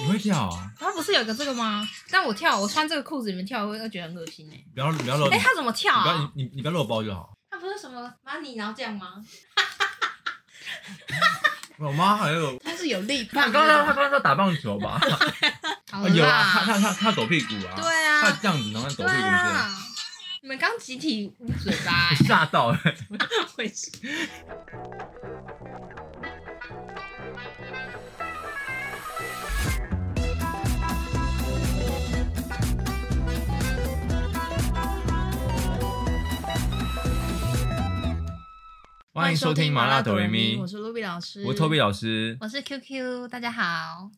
你会跳啊？然后不是有个这个吗？但我跳，我穿这个裤子里面跳，我会觉得很恶心哎、不要不要露，哎、你他怎么跳不要啊？你你你不要露包就好。他不是什么 money 然后这样吗？我妈还有，他是有力她棒刚刚她的，刚刚在打棒球吧？好啊了有啊，她她啦，她她抖屁股啊，对她啊，这样子然后抖对屁股这样，啊， 你们刚集体捂嘴巴、我吓到哎。哎，回去。 欢迎收听麻辣抖音咪，我是露比老师，我是 Toby 老 师，我是 QQ，大家好。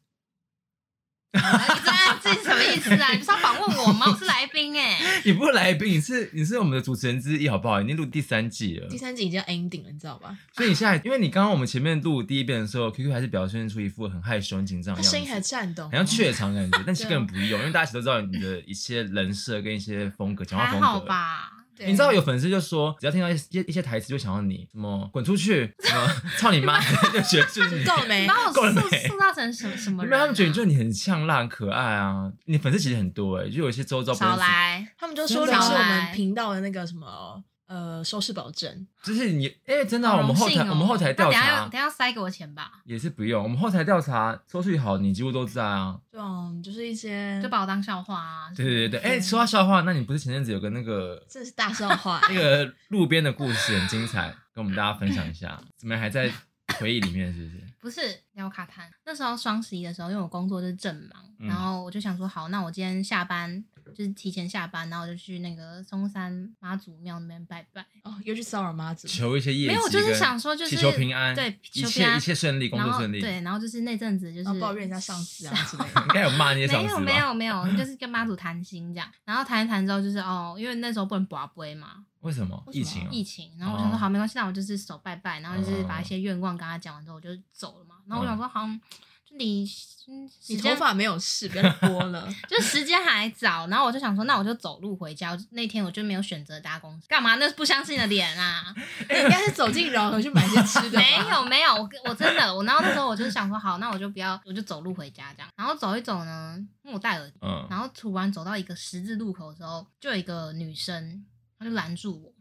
啊你这样这是什么意思 啊？你不是要访问我吗？我是来宾哎、你不是来宾，你是你是我们的主持人之一，好不好？已经录第三季了第，三集已经要 ending 了，你知道吧？所以你现在，因为你刚刚我们前面录第一遍的时候，QQ 还是表现出一副很害羞、很紧张他的样子，声音还颤抖，好哎像怯场感觉，但其实根本不用，因为大家其实都知道你的一些人设跟一些风格、讲话还风好格。吧？对你知道有粉丝就说，只要听到一些一些台词，就想要你什么滚出去，什 么操你妈，就觉得就是你。够没你？把我够了塑没塑造成什么什么因人、为啊？他们觉得就是你很呛辣、很可爱啊，你粉丝其实很多哎、就有一些周遭不认少识，来，他们就说你真的是我来们频道的那个什么呃收视保证，就是你哎、真的啊、好我们后荣幸台哦我们后台调那等一下查等一下塞给我钱吧，也是不用，我们后台调查收视率好，你几乎都在啊。这种就是一些就把我当笑话啊。对对对对，哎、说到笑话，那你不是前阵子有个那个。这是大笑话那个路边的故事很精彩，跟我们大家分享一 下。怎么样还在回忆里面是不是？不是要卡摊。那时候双十一的时候，因为我工作就是正忙，嗯然后我就想说，好，那我今天下班就是提前下班，然后我就去那个松山妈祖庙那边拜拜。哦，又去骚扰妈祖，求一些业绩没跟，有，我就是想说，就是祈求平安，对，一求平切安一切顺利，工然作后顺利。对，然后就是那阵子就然是后哦抱怨一下上司啊之类 的。应该有骂那些没上司有吧？没有没 有，就是跟妈祖谈心这样，然后谈一谈之后就是哦，因为那时候不能拔杯嘛，为什么为什么疫情啊？疫情，然后我想哦说好没关系，那我就是手拜拜，然后就是嗯把一些愿望跟他讲完之后我就走了嘛，然后我想说好像就离嗯时你间头发没有事，不要再拨了。就是时间还早，然后我就想说那我就走路回家，我就那天我就没有选择搭公车，干嘛？那是不相信的脸 啊！你应该是走进饶河去买些吃的吧。没有没有，我我真的我，然后那时候我就想说好，那我就不要，我就走路回家这样，然后走一走呢，因为我戴耳机。嗯，然后突然走到一个十字路口的时候，就有一个女生，她就拦住我，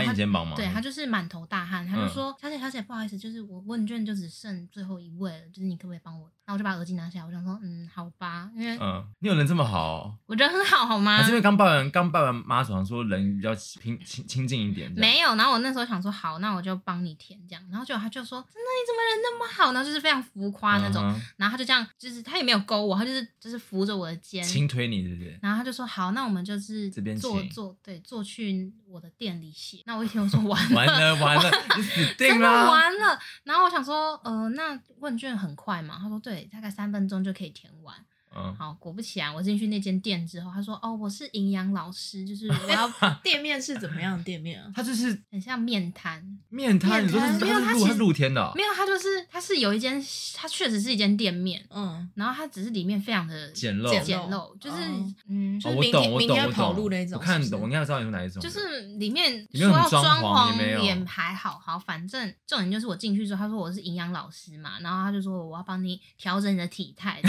拍后你她肩膀吗？对她就是满头大汗，她嗯就说：“小姐小姐，不好意思，就是我问卷就只剩最后一位了，就是你可不可以帮我？”然后我就把耳机拿下来，我想说：“嗯，好吧，因为嗯，你有人这么好哦？我人很好，好吗还是因为刚拜完刚拜完妈祖，想说人比较亲亲亲近一点？”这样，没有，然后我那时候想说好，那我就帮你填这样，然后结果她就说：“真的，你怎么人那么好呢？”就是非常浮夸啊那种，嗯哼然后她就这样，就是她也没有勾我，她就是就是扶着我的肩，轻推你是不 是？然后他就说好，那我们就是这边坐请坐对坐去我的店里写。那我一听我说完 完 了完了，你死真定的啦！完了。然后我想说，呃，那问卷很快嘛？他说对，大概三分钟就可以填完。嗯，好，果不其然，我进去那间店之后，他说哦，我是营养老师，就是我要 店面是怎么样的店面啊？他就是很像面摊。面瘫，面你说瘫是没有他他是其露实他是露天的哦没有，他就是他是有一间，他确实是一间店面，嗯，然后他只是里面非常的简陋简陋，就是、哦嗯，就哦，是我明懂，天我明懂，天我跑懂路那种我看是不是懂，我应该知道你说哪一种。就是里面里说面很要装潢也潢没有也还好，好，反正重点就是我进去之后，他说我是营养老师嘛，然后他就说我要帮你调整你的体态，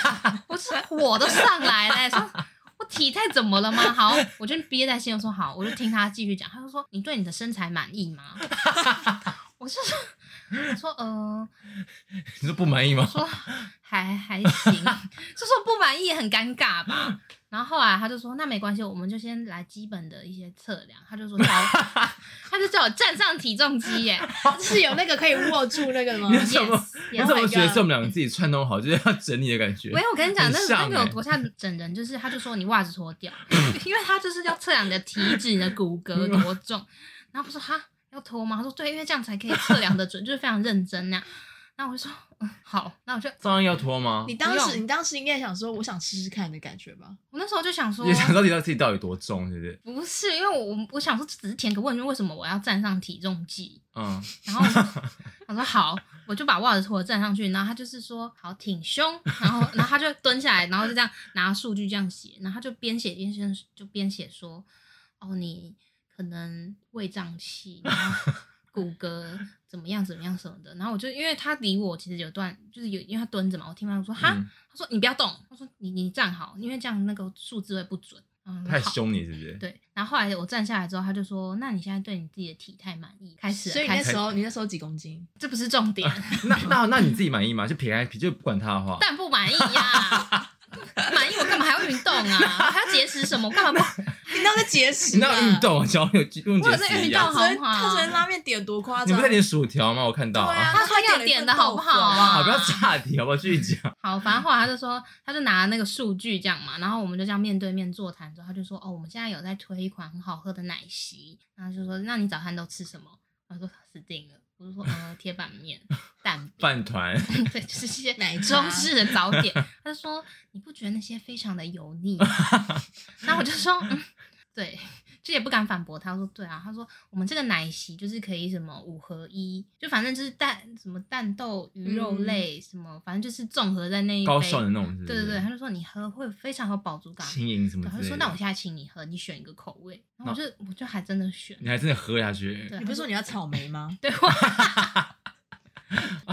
我是火都上来了、欸说。我体态怎么了吗？好，我就憋在心，我说好，我就听他继续讲。他就说：“你对你的身材满意吗？”我就说：“我说呃，你说不满意吗？说还还行， 就说不满意也很尴尬吧。然后后来他就说，那没关系，我们就先来基本的一些测量。他就说叫我， 他就叫我站上体重机 耶，是有那个可以握住那个的吗？你怎么 Yes，你 yes 怎么 my 觉得 god 是我们两个自己串通好，就是要整你的感觉没？有，我跟你讲，很那个像那个有欸多像整人，就是他就说你袜子脱掉， 因为他就是要测量你的体脂、你的骨 骼多重。然后我说哈要脱吗？他说对，因为这样才可以测量的准，就是非常认真那样。然后我就说嗯好，那我就照样要脱吗你？当不时用你当时应该想说，我想试试看的感觉吧？我那时候就想说也，想到底到自己到底多重，是不是？不是，因为我我想说，只是填个问卷，为什么我要站上体重计？嗯，然后我说好，我就把袜子脱了站上去，然后他就是说好挺胸，然后然后他就蹲下来，然后就这样拿数据这样写，然后他就边写边先就边写说，哦你可能胃胀气，然后骨骼怎么样怎么样什么的。然后我就因为他离我其实有段就是有，因为他蹲着嘛，我听到他说哈，嗯他说你不要动，他说你你站好，因为这样那个数字会不准。嗯，太好。凶你是不是？对，然后后来我站下来之后，他就说：“那你现在对你自己的体态满意？”开始了，所以你开那始时了，候你那时候几公斤？这不是重 点，那那那你自己满意吗？就撇开就不管他的话，但不满意呀、满意我干嘛还要运动啊？我还要节食什么？我干嘛 不？你那在节食那运动小有用我解有在释一运样动。啊他昨天他昨天拉面点多夸你张不？在点薯条吗？我看到对啊他说他要点的好不好啊？ 好，不要岔题，好不好？继续讲。好，反正后来他就说，他就拿那个数据这样嘛，然后我们就这样面对面座谈之后，他就说，哦，我们现在有在推一款很好喝的奶昔，然后就说，那你早餐都吃什么？我说死定了，我就说，呃，铁板面、 蛋饼，饭团， 对，就是这些奶茶中式的早 点。他就说，你不觉得那些非常的油腻吗？然后我就说，嗯，对。就也不敢反驳他，说对啊，他说我们这个奶昔就是可以什么五合一，就反正就是蛋什么蛋豆鱼肉嗯类、什么，反正就是综合在那一杯高效的那种，是不对是对对，他就说你喝会非常有饱足感。轻盈什么然之类后他的。就说那我现在请你喝，你选一个口味。然后我就我就还真 的选，你还真的喝下去对， 你不是说你要草莓吗？对我啊？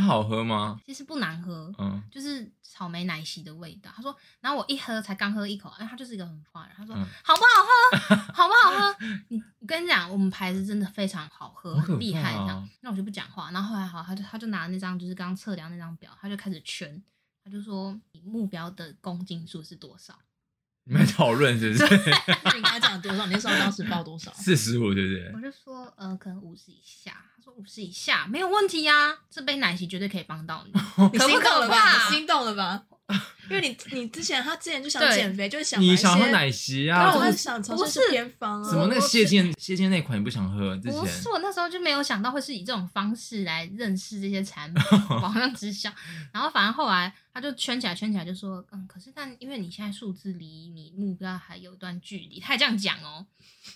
好喝吗？其实不难喝，嗯，就是草莓奶昔的味道。他说，然后我一喝才刚喝一口，哎，他就是一个很花人。他说嗯好不好喝？ 好不好喝？你我跟你讲，我们牌子真的非常好喝，好可很厉害怕这哦样。那我就不讲话。然后后来好，他就他就拿那张就是刚测量那张表，他就开始圈，他就说你目标的公斤数是多少？你们在讨论是不 是？？那你跟他讲多少？你那时候当时报多少四十五对不对我？就说，呃，可能五十以下。他说五十以下没有问题呀、这杯奶昔绝对可以帮到你。 你可不心动可了吧？怕你心动了吧？因为你你之前他之前就想对减肥，就是 想你想想喝奶昔然啊？后我就就是想尝不试是偏方啊。什么那个蟹剑蟹剑那款你不想喝？之不是，前我那时候就没有想到会是以这种方式来认识这些产品，网上 直销。然后反正后来他就圈起来，圈起来就说，嗯，可是但因为你现在数字离你目标还有一段距离，他还这样讲哦。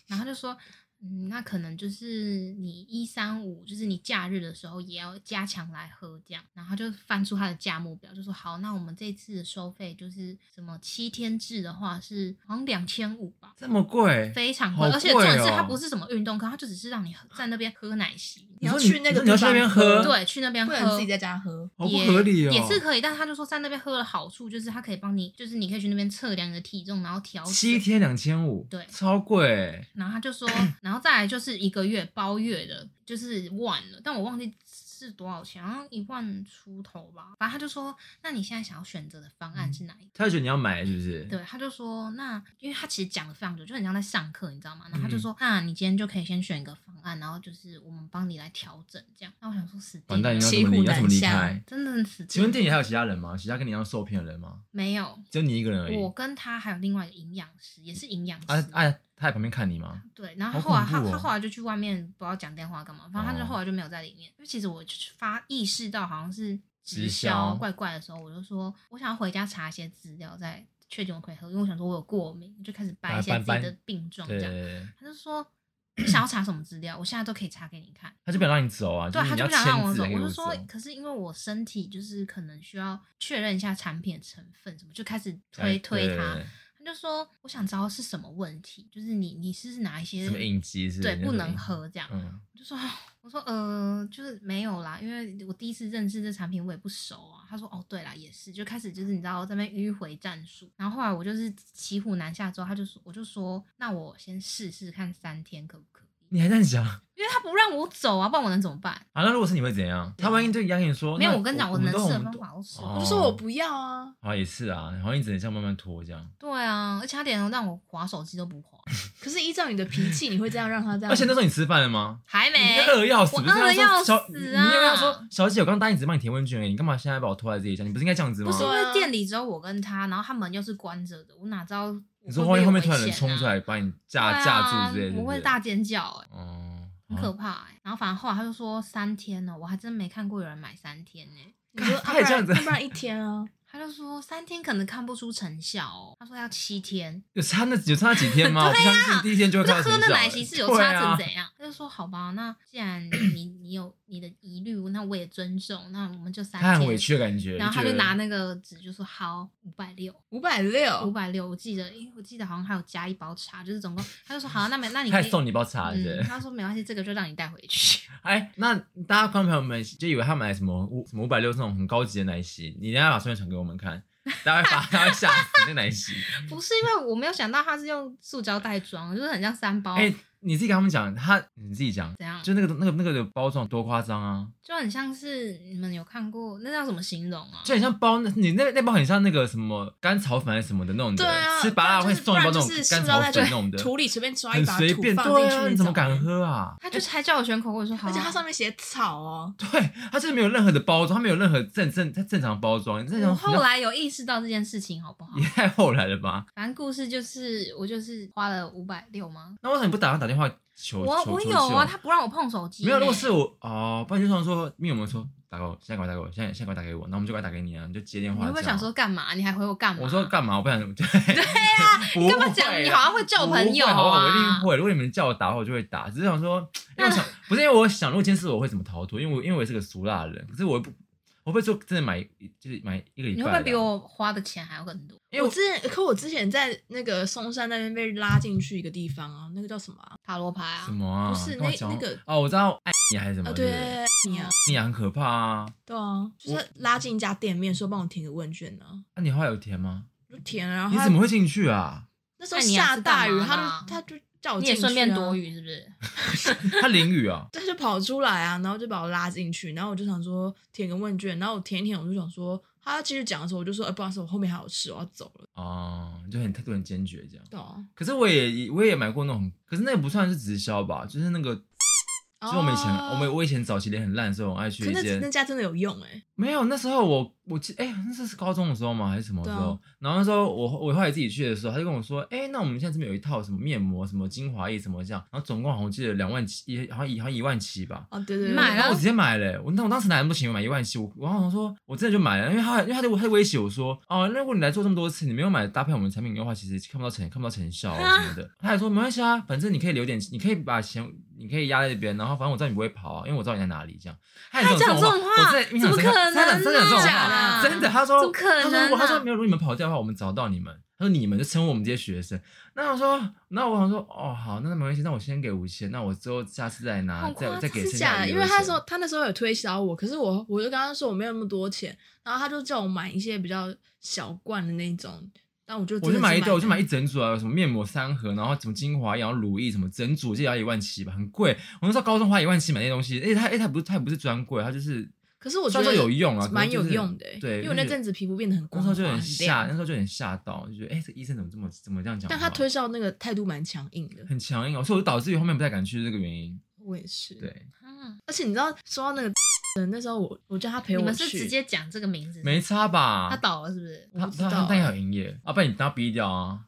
然后他就说，嗯，那可能就是你一三五，就是你假日的时候也要加强来喝这样。然后他就翻出他的价目表，就说好，那我们这次的收费就是什么七天制的话是好像两千五吧。这么贵？非常好贵，而且重点是贵哦它不是什么运动课，它就只是让你喝在那边喝奶昔，你要你说去那个你要去那边喝地方对，去那边不喝，能自己在家喝。好不也合理哦！也是可以，但他就说在那边喝的好处就是它可以帮你，就是你可以去那边测量你的体重，然后调整七，天两千五，对超贵。然后他就说，然后再来就是一个月包月的，就是万了，但我忘记。是多少钱？好像一万出头吧。反正他就说，那你现在想要选择的方案是哪一个？嗯他就觉得你要买是不是？对，他就说，那因为他其实讲了非常久，就很像在上课，你知道吗？然后他嗯就说，那你今天就可以先选一个方案，然后就是我们帮你来调整这样。那我想说，死定完蛋，了你要怎么离？骑虎要难怎么离下开？真的是死定了。请问店里还有其他人吗？其他跟你一样受骗的人吗？没有？只有你一个人而已。我跟他还有另外一个营养师，也是营养师。啊啊！他在旁边看你吗？对，然后好后来恐他、怖哦哦他后来就去外面不知道讲电话干嘛，反正他就后来就没有在里面。因为其实我就是发意识到好像是直直销销怪怪的时候，我就说我想要回家查一些资料，再确定我可以喝，因为我想说我有过敏，就开始啊掰一些搬自己搬的病状这对，样。他就说你想要查什么资料，我现在都可以查给你看。他就不想让你走啊，对，是他你就要不想让我签字走，才可以我给就我说，可是因为我身体就是可能需要确认一下产品成分什么，就开始推哎推对他对。他就说，我想知道是什么问题，就是你你是哪一对些什么应激是？对那不种能应喝这样。嗯，我就说，我说呃，就是没有啦，因为我第一次认识这产品，我也不熟啊。他说哦，对啦，也是，就开始就是你知道在那边迂回战术。然后后来我就是骑虎难下之后，他就说，我就说，那我先试试看三天可不可以？你还这样想？ 因为他不让我走啊，不然我能怎么办？啊，那如果是你会怎样？他万一就一样跟你说，没有，哦那我跟你讲，我能们都试的我们方都法都试哦了。我就说我不要啊，啊也是啊，好像你只能这样慢慢拖这样。对啊，而且他连让我划手机都不 划，可是依照你的脾气，你会这样让他啊这样？而且那时候你吃饭了吗？还你没那。饿得要死，我不是饿得那时候要小死你啊那时候说小姐，我刚答应只帮你填问卷而已，你干嘛现在把我拖在这里讲？你不是应该这样子不吗是？因对为啊店里只有我跟他，然后他门又是关着的，我哪知道你我说会不后会面后面有危突然有人险冲啊出来把你对架架住之类啊的，，我会对不对大尖叫、欸，哦，很啊可怕、欸。然后反正后来他就说三天呢，我还真没看过有人买三天呢、你说啊他也这样子要不然要不然一天啊，他就说三天可能看不出成效哦，他说要七天。有差那有差几 天吗？我不相信第一天就啊我会就看到喝成那效了。奶昔是有差对啊成怎样？他就说好吧，那 既然你你有你的疑虑，那我也尊重，那我们就三他天。很委屈的感觉，然后他觉就得拿那个纸就说好五百六，五百五六，百六，我记得，因为我记得好像还有加一包茶，就 是总共，他就说好，那没，那你他可还以送你包茶，是不嗯，是？他说没关系，这个就让你带回 去。哎，那大家观众朋友们就以为他买什么五什么五百六那种很高级的奶昔，你等一下把照片传给我们看，大家 会把大家会吓死那奶昔。不是因为我没有想到他是用塑胶袋装，就是很像三包，哎，你自己跟他们讲，他你自己讲，怎样，就那个那个那个的包装多夸张啊，就很像是你们有看过，那叫怎么形容啊？就很像包那你那那包很像那个什么甘草粉还是什么的那种的，对啊，吃麻辣会送一包那不种然就是甘塑草料袋粉就那种的，土里随便抓一很把随土便，放进对去那啊，种，你怎么敢喝啊？他就是还叫我选口味，我说好啊，而且它上面写草哦，对，它真的没有任何的包装，它没有任何正正它正常包装，正常我后来有意识到这件事情，好不 好也？太后来了吧？反正故事就是我就是花了五百六吗？那为什么你不打算打电话求？我求我求有啊，救他不让我碰手机呢。欸没有。如果是我哦，不然就常说，因为我们说打给我，现在赶快打给我，现在现在赶快打给我，那我们就赶快打给你啊，你就接电你话。会不会这样想说干嘛？你还回我干嘛？我说干嘛？我不想。 对啊，你你干嘛讲？你好像会叫朋友好不好？啊！我一定会。如果你们叫我打的话，我就会打。只是想说，因为我想不是因为我想，如果今天是我会怎么逃脱？因为我因为我也是个俗辣人，可是我又不，我会说真的买，就是买一个礼拜。啊你会不会比？我花的钱还要更多？因为哎我我之前，可我之前在那个松山那边被拉进去一个地方啊，那个叫什么啊？塔罗牌啊什，么啊？不是干嘛那讲那个哦，我知道爱你还是什么？啊，对不嗯对，对，你啊，你很可怕啊！对啊，就是拉进一家店面说帮我填个问卷呢，那、你后来有填吗？就填了，然后你他怎么会进去啊？那时候那你要下是大干雨，嘛他啦就他就叫我你进也去顺便啊躲雨是不是？ 他淋雨啊？他就跑出来啊，然后就把我拉进去，然后我就想说填个问卷，然后我填一填，我就想说他其实讲的时候，我就说，呃，不好意思，我后面还有事，我要走了。哦，就很态度很坚决这样。对啊，可是我也我也买过那种，可是那个不算是直销吧，就是那个，就是我们以前、哦我们我以前早期脸很烂的时候，我爱去可一那那间家真的有用哎、没有那时候我我记哎、那是高中的时候吗还是什么时候？对啊然后那时候我我后来自己去的时候，他就跟我说，哎、那我们现在这边有一套什么面膜什么精华液什么这样，然后总共好像我记得两万七，一好像一好像一万七吧。哦，对对对，买然了后我直接买了、我那我当时哪那么多钱，我买一万七，我我好像说，我真的就买了，因为他因为他就他就威胁我说，哦，那如果你来做这么多次，你没有买搭配我们产品的话，其实看不到成看不到成效啊什么的。他还说没关系啊，反正你可以留点，你可以把钱你可以压在这边，然后反正我知道你不会跑、啊，因为我知道你在哪里这样。他他还讲这这种话，我话真的印怎象么深可刻能啊真的真的有这种假的话，啊真的。他说怎么可能啊他说如果他说没有，如果你们跑掉的话，我们找到你们。他说你们就称呼我们这些学生。那我说，那我想说，哦好，那那没关系，那我先给五千，那我之后下次再拿，好再夸再给张剩是下的假的，留因着。为他说他那时候有推销我，可是我我就跟他说我没有那么多钱，然后他就叫我买一些比较小罐的那种，但我就真我的就是买一堆，我就了买一整组啊，有什么面膜三盒，然后什么精华液，然后乳液什么整组，记得要一万七吧，很贵。我那时候高中花一万七买那些东西，而且它，哎，它不是它也不是专柜，它就是可是我觉虽得然说有用啊，蛮可是有就是用的欸、对，因为我那阵子子皮肤变得很那光时滑，候就很亮吓，那时候就很吓到，就觉得哎，这个医生怎么这么怎么这样讲话？但他推销那个态度蛮强硬的，很强硬哦，所以我导致于后面不太敢去这个原因。我也是。，对，嗯，而且你知道说到那个的，那时候我我叫他陪你我们是去，直接讲这个名字？没差吧？他倒了是不欸是？啊他我不知道哎他他应该有营业啊，不然你把他逼掉啊！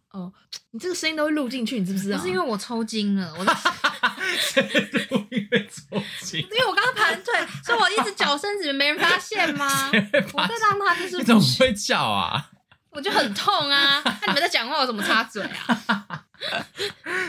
你这个声音都会录进去，你知不知道？不是因为我抽筋了， 我因为抽筋，因为我刚刚盘腿，所以我一直脚伸直，没人发现 吗？我在让他就是你怎么不会叫啊？ 我就很痛 啊！那你们在讲话，我怎么插嘴啊？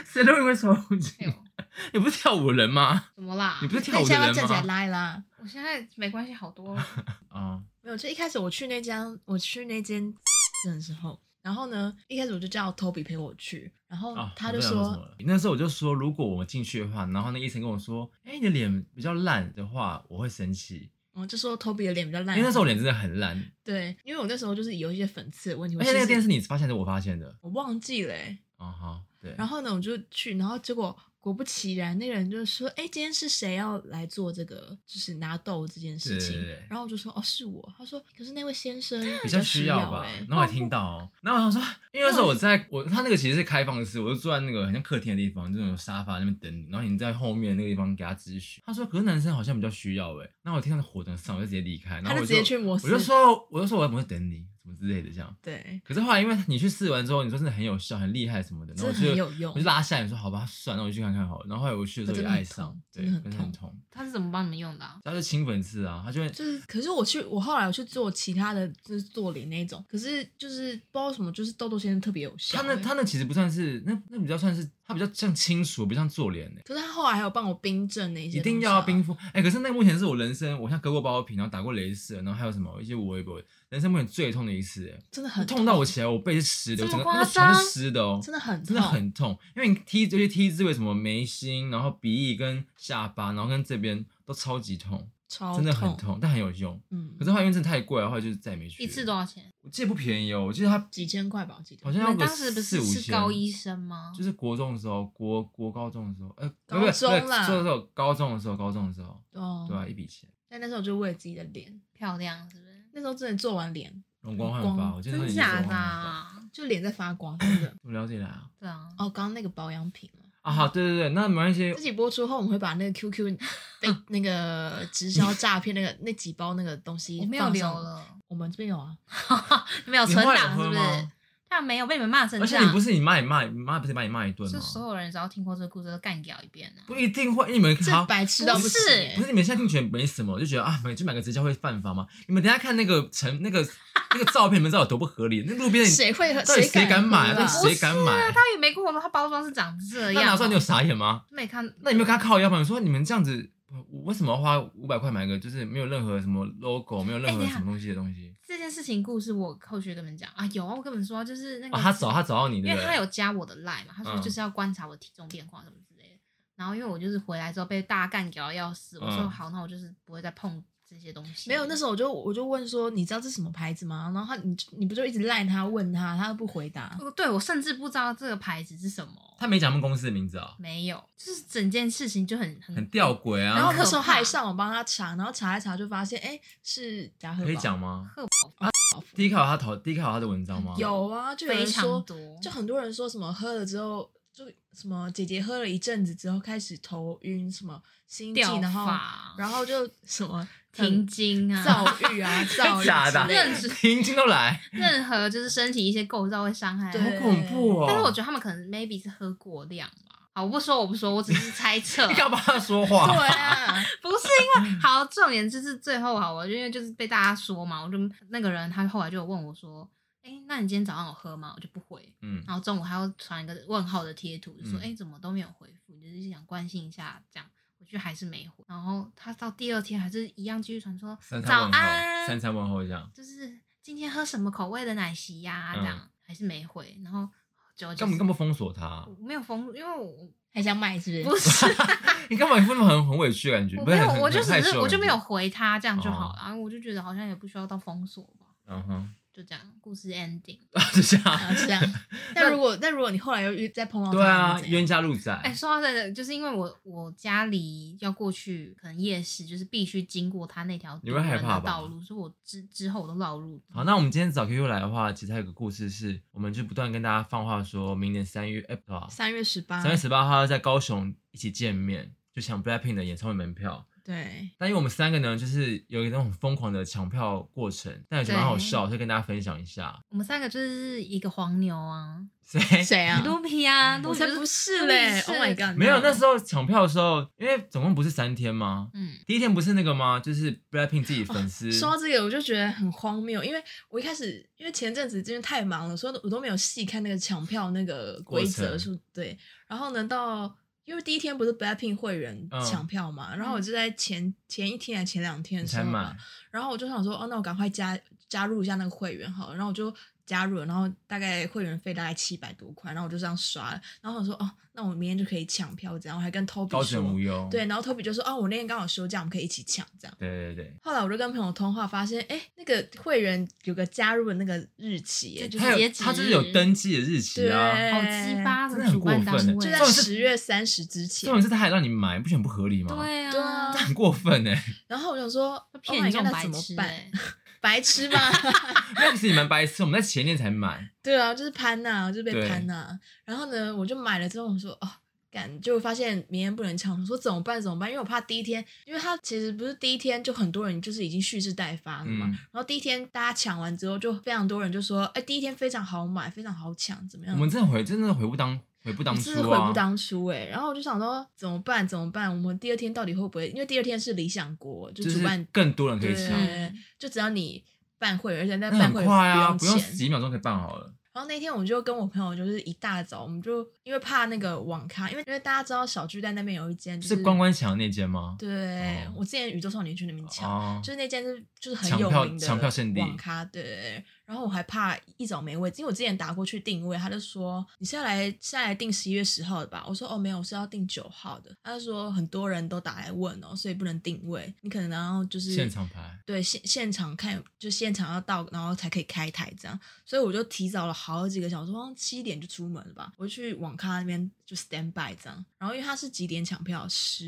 谁都会抽哎筋呦，， 你不是跳舞人吗？怎么啦你？不是那跳你舞的现在要人站起来吗？拉一拉。我现在没关系，好多了。啊、没有，就一开始我去那家，我去那间 的时候，然后呢，一开始我就叫 Toby 陪我去，然后啊，他我就知道说，什么了那时候我就说，如果我进去的话，然后那医生跟我说，哎、你的脸比较烂的话，我会生气，嗯，就说 Toby 的脸比较因烂，为那时候我脸真的很嗯烂，对，因为我那时候就是有一些粉刺的问题，我而且那个其店实是你发现的，我发现的，我忘记了、欸，啊哈，对，然后呢，我就去，然后结果果不其然，那个人就说：“哎，今天是谁要来做这个，就是拿豆这件事情对对对？”然后我就说：“哦，是我。”他说：“可是那位先生比较较需需要吧欸。”然后我还听到、哦，然后我想说，因为那时候我在我他那个其实是开放式，我就坐在那个很像客厅的地方，就那种沙发那边等你，然后你在后面那个地方给他咨询。他说，可是男生好像比欸较需要哎，那我听到火等上，我就直接离开，然他后就我直就接去摩我斯，就说我就说我要不会等你，怎么么之类的这样。对，可是后来因为你去试完之后，你说真的很有效、很厉害什么的，然后我真的就很有用我就。拉下来，说好吧，算了，那我去看看好了。然后后来我去的时候也爱上，可对，真的很痛真的很痛。他是怎么帮你们用的啊、他是清粉刺啊，他就会就是，可是我去，我后来我去做其他的，就是做脸那一种，可是就是不知道为什么，就是痘痘先生特别有效、他那欸他那其实不算是那那比较算是他比较像清除，不像做脸呢、可是他后来还有帮我冰镇那些、啊一定啊要冰。敷，哎、可是那目前是我人生，我像割过包皮，然后打过镭射，然后还有什么一些微博，人生目前最痛的一次、欸，真的很痛到我起来，我背是湿的，这整么个那个夸张床是湿的哦、真的很痛真的很痛，因为你 T 就是 T 字为什么眉心，然后鼻翼跟下巴，然后跟这边都超级痛，超真的很，痛，但很有用。嗯可，是后来因为真的太贵了，后来就是再也没去。一次多？少钱？我记得不便宜哦，我记得它几千块吧，我记得好像你要们个当时不四是五是千。高医生吗？就是国中的时候，国国高中的时候，呃，高不是中不是啦说的时候，高中的时候，高中的时候，哦，对啊，一笔钱，但那时候我就为了自己的脸，漂亮是不是？那时候真的做完脸，容光焕光发，我记得那年真纪容光焕假的发。啊？就脸在发光，真 的。我了解了啊，对啊，哦，刚刚那个保养品了。啊好，对对对，那没关系自，己播出后，我们会把那个 QQ 被嗯那个直销诈骗那个 那几包那个东西我没有放留上，了， 我们这边有啊，没有你存后来有档是喝不吗是？他没有被你们骂成而这且样。你不是你妈也骂，你妈不是把你骂一顿吗是？所有人只要听过这个故事都干掉一遍呢、啊不一定会，因为你们这好，白痴到不行是不欸。是你们现在听觉得没什么，就觉得啊，买就买个直销会犯法吗？你们等一下看那个成那个那个照片，你们知道有多不合理？那路边的谁会到底谁敢买啊？喝到啊底谁敢买？他也没跟我说他包装是长这那样、啊哪算你有傻眼吗？没看，那你没有跟他靠腰吗？你说你们这样子，我我为什么要花五百块买一个就是没有任何什么 logo、没有任哎何等一下什么东西的东西？这件事情故事，我后续跟你们讲啊，有啊，我跟你们说，就是那个、哦，他找他找到你，对因不为他对？有加我的 line 嘛，他说嗯就是要观察我体重变化什么之类的。然后因为我就是回来之后被大家干掉要死，我说嗯好，那我就是不会再碰这些东西。没有，那时候我就我就问说，你知道这是什么牌子吗？然后他你你不就一直赖他问他，他都不回答。候呃对我甚至不知道这个牌子是什么，他没讲他们公司的名字啊，没有，就是整件事情就很很很吊诡然啊后很。那时候可怕还上网帮他查，然后查一查就发现，哎，是嘉禾可以宝讲吗？宝福第一看有他投，第一看有他的文章吗？。有啊，就有非人常说，多，就很多人说什么喝了之后，就什么姐姐喝了一阵子之后开始头晕，什么心悸，掉然后发，然后就什么停经啊， 躁郁啊，躁郁假的之类认识 听听都来，任何就是身体一些构造会伤害。好对恐怖哦！但是我觉得他们可能 maybe 是喝过量吧。好，我不说，我不说，我只是 猜测。你干嘛帮他说话？对啊，不是因为好，重点就是最后好，我因为就是被大家说嘛，我就那个人他后来就有问我说，哎、那你今天早上有喝吗？我就不回，嗯，然后中午还要传一个问号的贴图，就嗯说哎、诶怎么都没有回复，就是想关心一下这样。我就还是没回，然后他到第二天还是一样继续传说三餐早问候，安，三餐问候这样，就是今天喝什么口味的奶昔呀、嗯这样、还是没回，然后就干嘛干嘛封锁他？我没有封，因为我还想买是不不是？是你干嘛你不能很很委屈的感觉？我不没是有很，我就很只害羞是的我就感没有觉。回他，这样就好哦了。然后我就觉得好像也不需要到封锁吧，嗯哼， 就这样，故事 ending。就这样。啊，是啊。但如果但如果你后来又遇再碰到他，对啊你，怎样冤家路窄。哎、说到这个，就是因为我我家离要过去，可能夜市就是必须经过他那条你会害堵门怕的吧道路，所以我之之后我都绕路。好，那我们今天找 QQ 来的话，其实还有个故事是，我们就不断跟大家放话说，明年三月，哎、不对啊，三月十八，三月十八号要在高雄一起见面，就抢 BLACKPINK 的演唱会门票。对，但因为我们三个呢，就是有一个那种疯狂的抢票过程，但也觉得蛮好笑，所以跟大家分享一下。我们三个就是一个黄牛啊，谁？谁嗯啊？卢皮啊，我卢皮才就是不是嘞不！Oh 是 my god！ 没有，那是时候抢票的时候，因为总共不是三天吗？嗯，第一天不是那个吗？就是 BLACKPINK 自己粉丝、哦说到这个，我就觉得很荒谬，因为我一开始因为前阵子真的太忙了，所以我都没有细看那个抢票那个规过则程是，对。然后呢，到因为第一天不是 Blackpink 会员嗯抢票嘛，然后我就在前前一天还前两天你的时才候啊买吧，，然后我就想说，哦，那我赶快加加入一下那个会员好了，然后我就加入了，然后大概会员费大概七百多块，然后我就这样刷了，然后我想说，哦，那我明天就可以抢票，这样我还跟 Toby 高枕无说，忧。对，然后 Toby 就说，哦，我那天刚好休假，我们可以一起抢这样。对对对后来我就跟朋友通话，发现，哎，那个会员有个加入的那个日期耶，就对，是他有截止他就是有登记的日期啊。对好鸡巴真的的很主办过单分位，欸哎就重在点是十月三十之前这。种事他还让你买，不是很不合理吗？对啊，对啊很过分哎、然后我想说，骗 oh 你 my god，这种那白怎么痴、办欸，白痴吧。 那其实你蛮白痴，我们在前天才买，对啊，就是潘娜，我就是被对潘娜。然后呢，我就买了之后，我说哦，干，就发现明天不能抢，我说怎么办怎么办？因为我怕第一天，因为他其实不是第一天就很多人就是已经蓄势待发了嘛。嗯然后第一天大家抢完之后，就非常多人就说，哎、第一天非常好买，非常好抢，怎么样？嗯我们真的回真的悔不当悔不当初是悔啊不，当初哎、然后我就想说怎么办怎么办？我们第二天到底会不会？因为第二天是理想国，就就主是办更多人可以对抢，就只要你办会员，而且在那办很会员快啊，不不用用钱。几秒钟可以办好了。然后那天我们就跟我朋友就是一大早，我们就因为怕那个网咖，因为因为大家知道小巨蛋那边有一间、就是是关关抢那间吗？对、哦我之前宇宙少年去那边抢，哦，就是那间是就是很抢有票名的抢票圣地网咖，对。然后我还怕一早没位置，因为我之前打过去定位，他就说你是要来是要来订十一月十号的吧？我说哦没有，我是要订九号的。他就说很多人都打来问哦，所以不能定位，你可能然后就是现场排，对现现场看，就现场要到，然后才可以开台这样。所以我就提早了好几个小时，好像七点就出门了吧。我就去网咖那边就 stand by 这样。然后因为他是几点抢票？十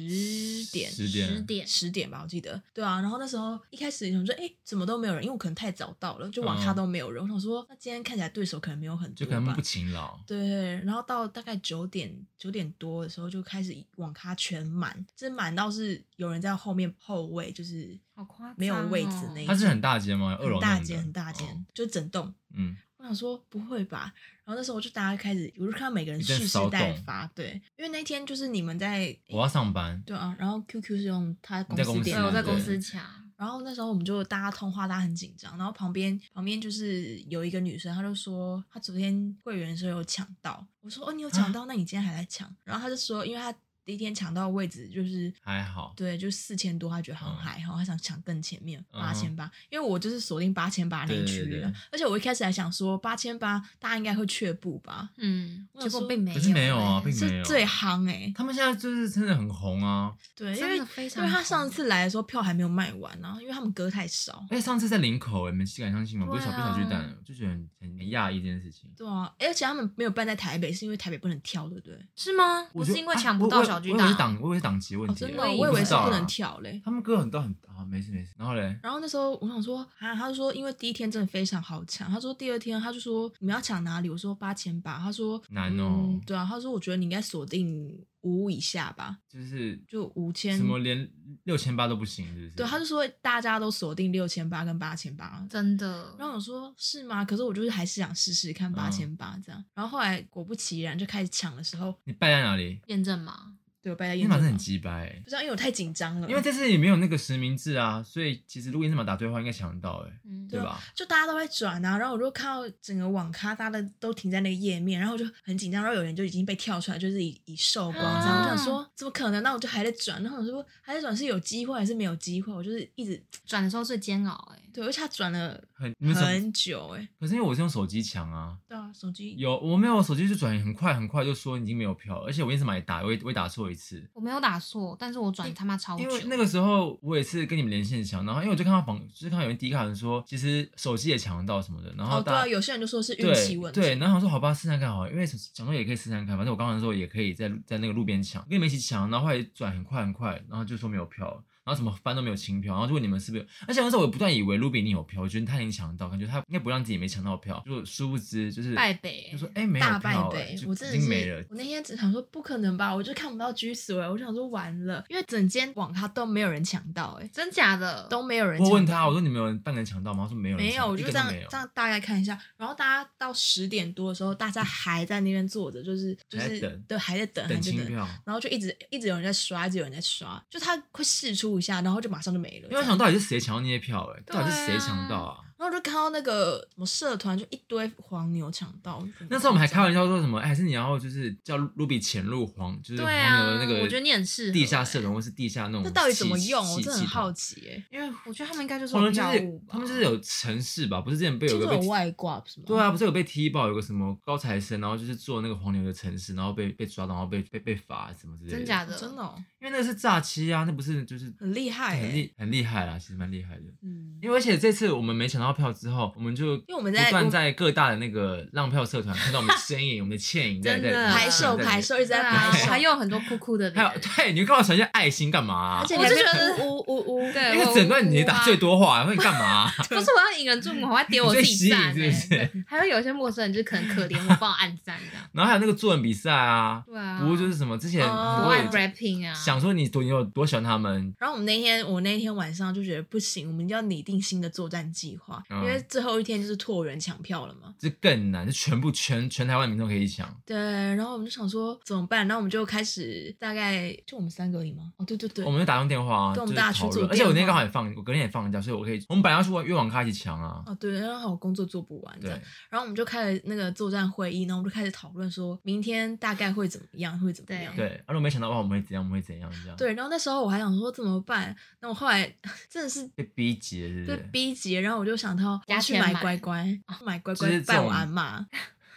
点。十十点，点，十点吧，我记得，对啊，然后那时候一开始想说，哎，怎么都没有人，因为我可能太早到了，就网咖嗯都没有人。我想说，那今天看起来对手可能没有很就多可能他们吧不，勤劳，对，然后到大概九点九点多的时候就开始网咖全满，这满到是有人在后面后位，就是好夸张哦没有位置那一它是很大间吗？二楼很大那种的间很大间，哦就整栋。嗯，我想说不会吧，然后那时候我就大家开始，我就看到每个人一阵蓄势骚待动发，对，因为那天就是你们在，我要上班，对啊，然后 QQ 是用他公在司公电对，司脑我在对公司抢，然后那时候我们就大家通话，大家很紧张。然后旁边旁边就是有一个女生，她就说她昨天会员的时候有抢到。我说哦，你有啊抢到，那你今天还来抢？然后她就说，因为她第一天抢到的位置就是还好，对，就四千多，她觉得很嗯还好，她想抢更前面嗯八千八，因为我就是锁定八千八那一区对对的对。而且我一开始还想说八千八大家应该会却步吧，嗯，我结想说果并没有，欸可是没有啊对并没有欸是最夯哎、他们现在就是真的很红啊，对，因真为的非因常为红，她上次来的时候票还没有卖完啊，因为他们歌太少。而且上次在林口、欸，你们敢相信吗？不是小对不啊小巨蛋，就觉得很很讶异这件事情。对啊，而且他们没有办在台北，是因为台北不能跳，对不对？是吗？我是因为抢不啊到我小巨我以为蛋是，档，我以为是档期问哦，题、真欸的哦，对我以不为知是道不啊能。跳嘞。他们歌很多很啊，没事没事。然后嘞，然后那时候我想说啊，他就说因为第一天真的非常好抢，他说第二天他就说你们要抢哪里？我说八千八，他说难哦嗯对啊，他说我觉得你应该锁定五以下吧，就是就五千什么连六千八都不行，是不是？对，啊他就说大家都锁定六千八跟八千八，真的，然后我说是吗？可是我就是还是想试试看八千八这样。然后后来果不其然就开始抢的时候，你败在哪里？验证码，对我被他你验马证是了很鸡掰、欸不，知道因为我太紧张了，因为这次也没有那个实名制啊，所以其实如果你这么打对话，应该抢得到、欸，哎，嗯，对吧？就大家都在转啊，然后我就看到整个网咖，大家都停在那个页面，然后我就很紧张，然后有人就已经被跳出来，就是以以售光这样，啊我想说怎么可能？那我就还在转，然后我说还在转是有机会还是没有机会？我就是一直转的时候最煎熬哎、对，而且他转了很你们手，很久哎、可是因为我是用手机抢啊，对啊，手机有我没有手机就转很快很快就说已经没有票了，而且我验证码也打，我也我也打错一次，我没有打错，但是我转他妈超久，因为那个时候我也是跟你们连线抢，然后因为我就看到房，就是看到有人低卡人说，其实手机也抢得到什么的，然后哦对大家、啊，有些人就说是运气对问题，对，然后我说好吧，试探看好了，因为想说也可以试探看，反正我刚刚说也可以在在那个路边抢，跟你们一起抢，然后后来转很快很快，然后就说没有票了。然后什么翻都没有清票，然后就问你们是不是？而且那时候我不断以为 Ruby 你有票，我觉得他已经抢得到，感觉他应该不让自己没抢到票，就殊不知就是败北就说哎、没有欸大败票哎、北，就我真已的经是没了，我那天只想说不可能吧，我就看不到居所哎，我想说完了，因为整间网咖都没有人抢到哎，真假的都没有人抢我到。问他，我说你们有人半个人抢到吗？他说没有人没抢有，到，我一就个这都样没有这。样大概看一下，然后大家到十点多的时候，大家还在那边坐着，就是就还在是等对，还在等，还等在清等，票，然后就一直一直有人在刷，一直有人在刷，就他会试出一下，然后就马上就没了。因为我这想样到底是谁抢到那些票、欸？哎，对啊到底是谁抢到啊？然后就看到那个什么社团就一堆黄牛抢到，我就觉得那时候我们还开玩笑说什么，哎还是你要就是叫卢比潜入黄，就是黄对牛的啊那个，我觉得你很适合地下社团或是地下那种，欸那到底怎么用，我系真的很好。系奇哎。因为我觉得他们应该就是统黄牛就药物是吧，他们就是有城市吧，不是之前被有听个说被有外挂是吗？对啊，不是有被踢爆有个什么高材生，然后就是做那个黄牛的城市，然后被被抓到，然后被被被罚什么之类的。真假哦，的，真的哦因为那个是诈欺啊，那不是就是很厉害嗯很哎。厉很厉害啦，其实蛮厉害的。嗯，因为而且这次我们没抢到票之后，我们就因为我们在不断在各大的那个浪票社团看到我们 的身影，我们的倩影在真的在拍手在拍手一直对在啊，拍我还手，有很多哭哭的还脸有， 对，你干嘛传一些爱心干嘛、啊而且我你就还觉被呜呜呜呜，因对为整段你打最，多话，那你干嘛、我我啊不是我要引人注目，我要点我自己 赞、你最欸，吸引是不是对还有有一些陌生人就是可能可怜我，帮我按赞这样。 然后还有那个作文比赛啊，对啊，不过就是什么之前哦很我多爱人 rapping 啊，想说你多你有多喜欢他们，然后我们那天，我那天晚上就觉得不行，我们要拟定新的作战计划，嗯因为最后一天就是拓元抢票了嘛。这更难，是全部全全台湾民众可以抢。对，然后我们就想说怎么办，然后我们就开始大概就我们三个而已吗？哦，对对对我，们就打通电话啊，对我就们是大家群讨组论。电话而且我那天刚好也放，我隔天也放假，所以我可以。我们本来要去约网咖一起抢啊，哦对，然后我工作做不完这对样，，然后我们就开了那个作战会议，然后我们就开始讨论说明天大概会怎么样，会怎么样。对对。而且我没想到哇，我们会怎样，我们会怎样这样，，对，然后那时候我还想说怎么办，那我后来 真的是被逼急了，是不被是？逼急，然后我就想到我加要去钱买买乖乖，买乖就乖是这拜我种阿妈。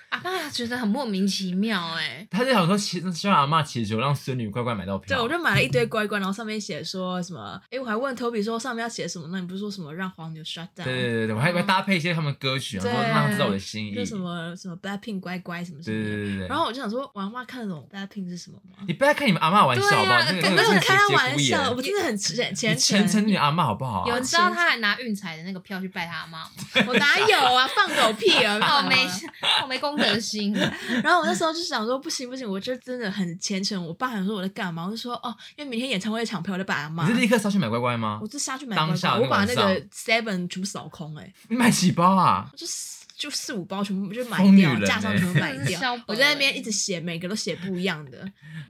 阿爸啊觉得很莫名其妙哎、他就想说，其实希望阿妈祈求让孙女乖乖买到票。对，我就买了一堆嗯乖乖，然后上面写说什么？诶，我还问 Toby 说上面要写什么？那你不是说什么让黄牛 shut 对 down？对对对，我还以为搭配一些他们歌曲，然后嗯对让他知道我的心意。就什么什么 Blackpink 乖乖什么什对？么对的。对对对。然后我就想说，我阿妈看得懂 Blackpink 是什么吗？ 你不要看你们阿妈玩笑好不好？对啊那个根那没个有是开节玩骨笑，眼我，真的很虔虔你虔诚诚。你阿妈好不好啊？有你知道他还拿运彩的那个票去拜他妈吗？我哪有啊？放狗屁 啊！好干哦嘛没好没公德心，然后我那时候就想说，不行不行，我就真的很虔诚。我爸想说我在干嘛，我就说哦，因为明天演唱会抢票，我就把阿妈你是。立刻上去买乖乖吗我？就下去买当乖下乖，那我把那晚上个 Seven 全部扫空哎、欸你买几包啊？我就四就四五包全部就买疯女掉，人架上全部买真是掉消。我薄在那欸边一直写，每个都写不一样的，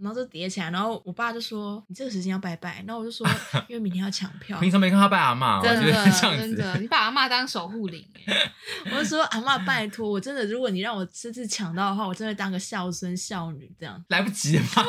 然后就叠起来。然后我爸就说：“你这个时间要拜拜。”然后 我就说：“因为明天要抢票。平”常没看他拜阿妈，我真觉的得这样真的，子。你把阿妈当守护灵 哎，我就说：“阿妈，拜托，我真的，如果你让我这次抢到的话，我真的当个孝孙孝女这样。来不及了吧？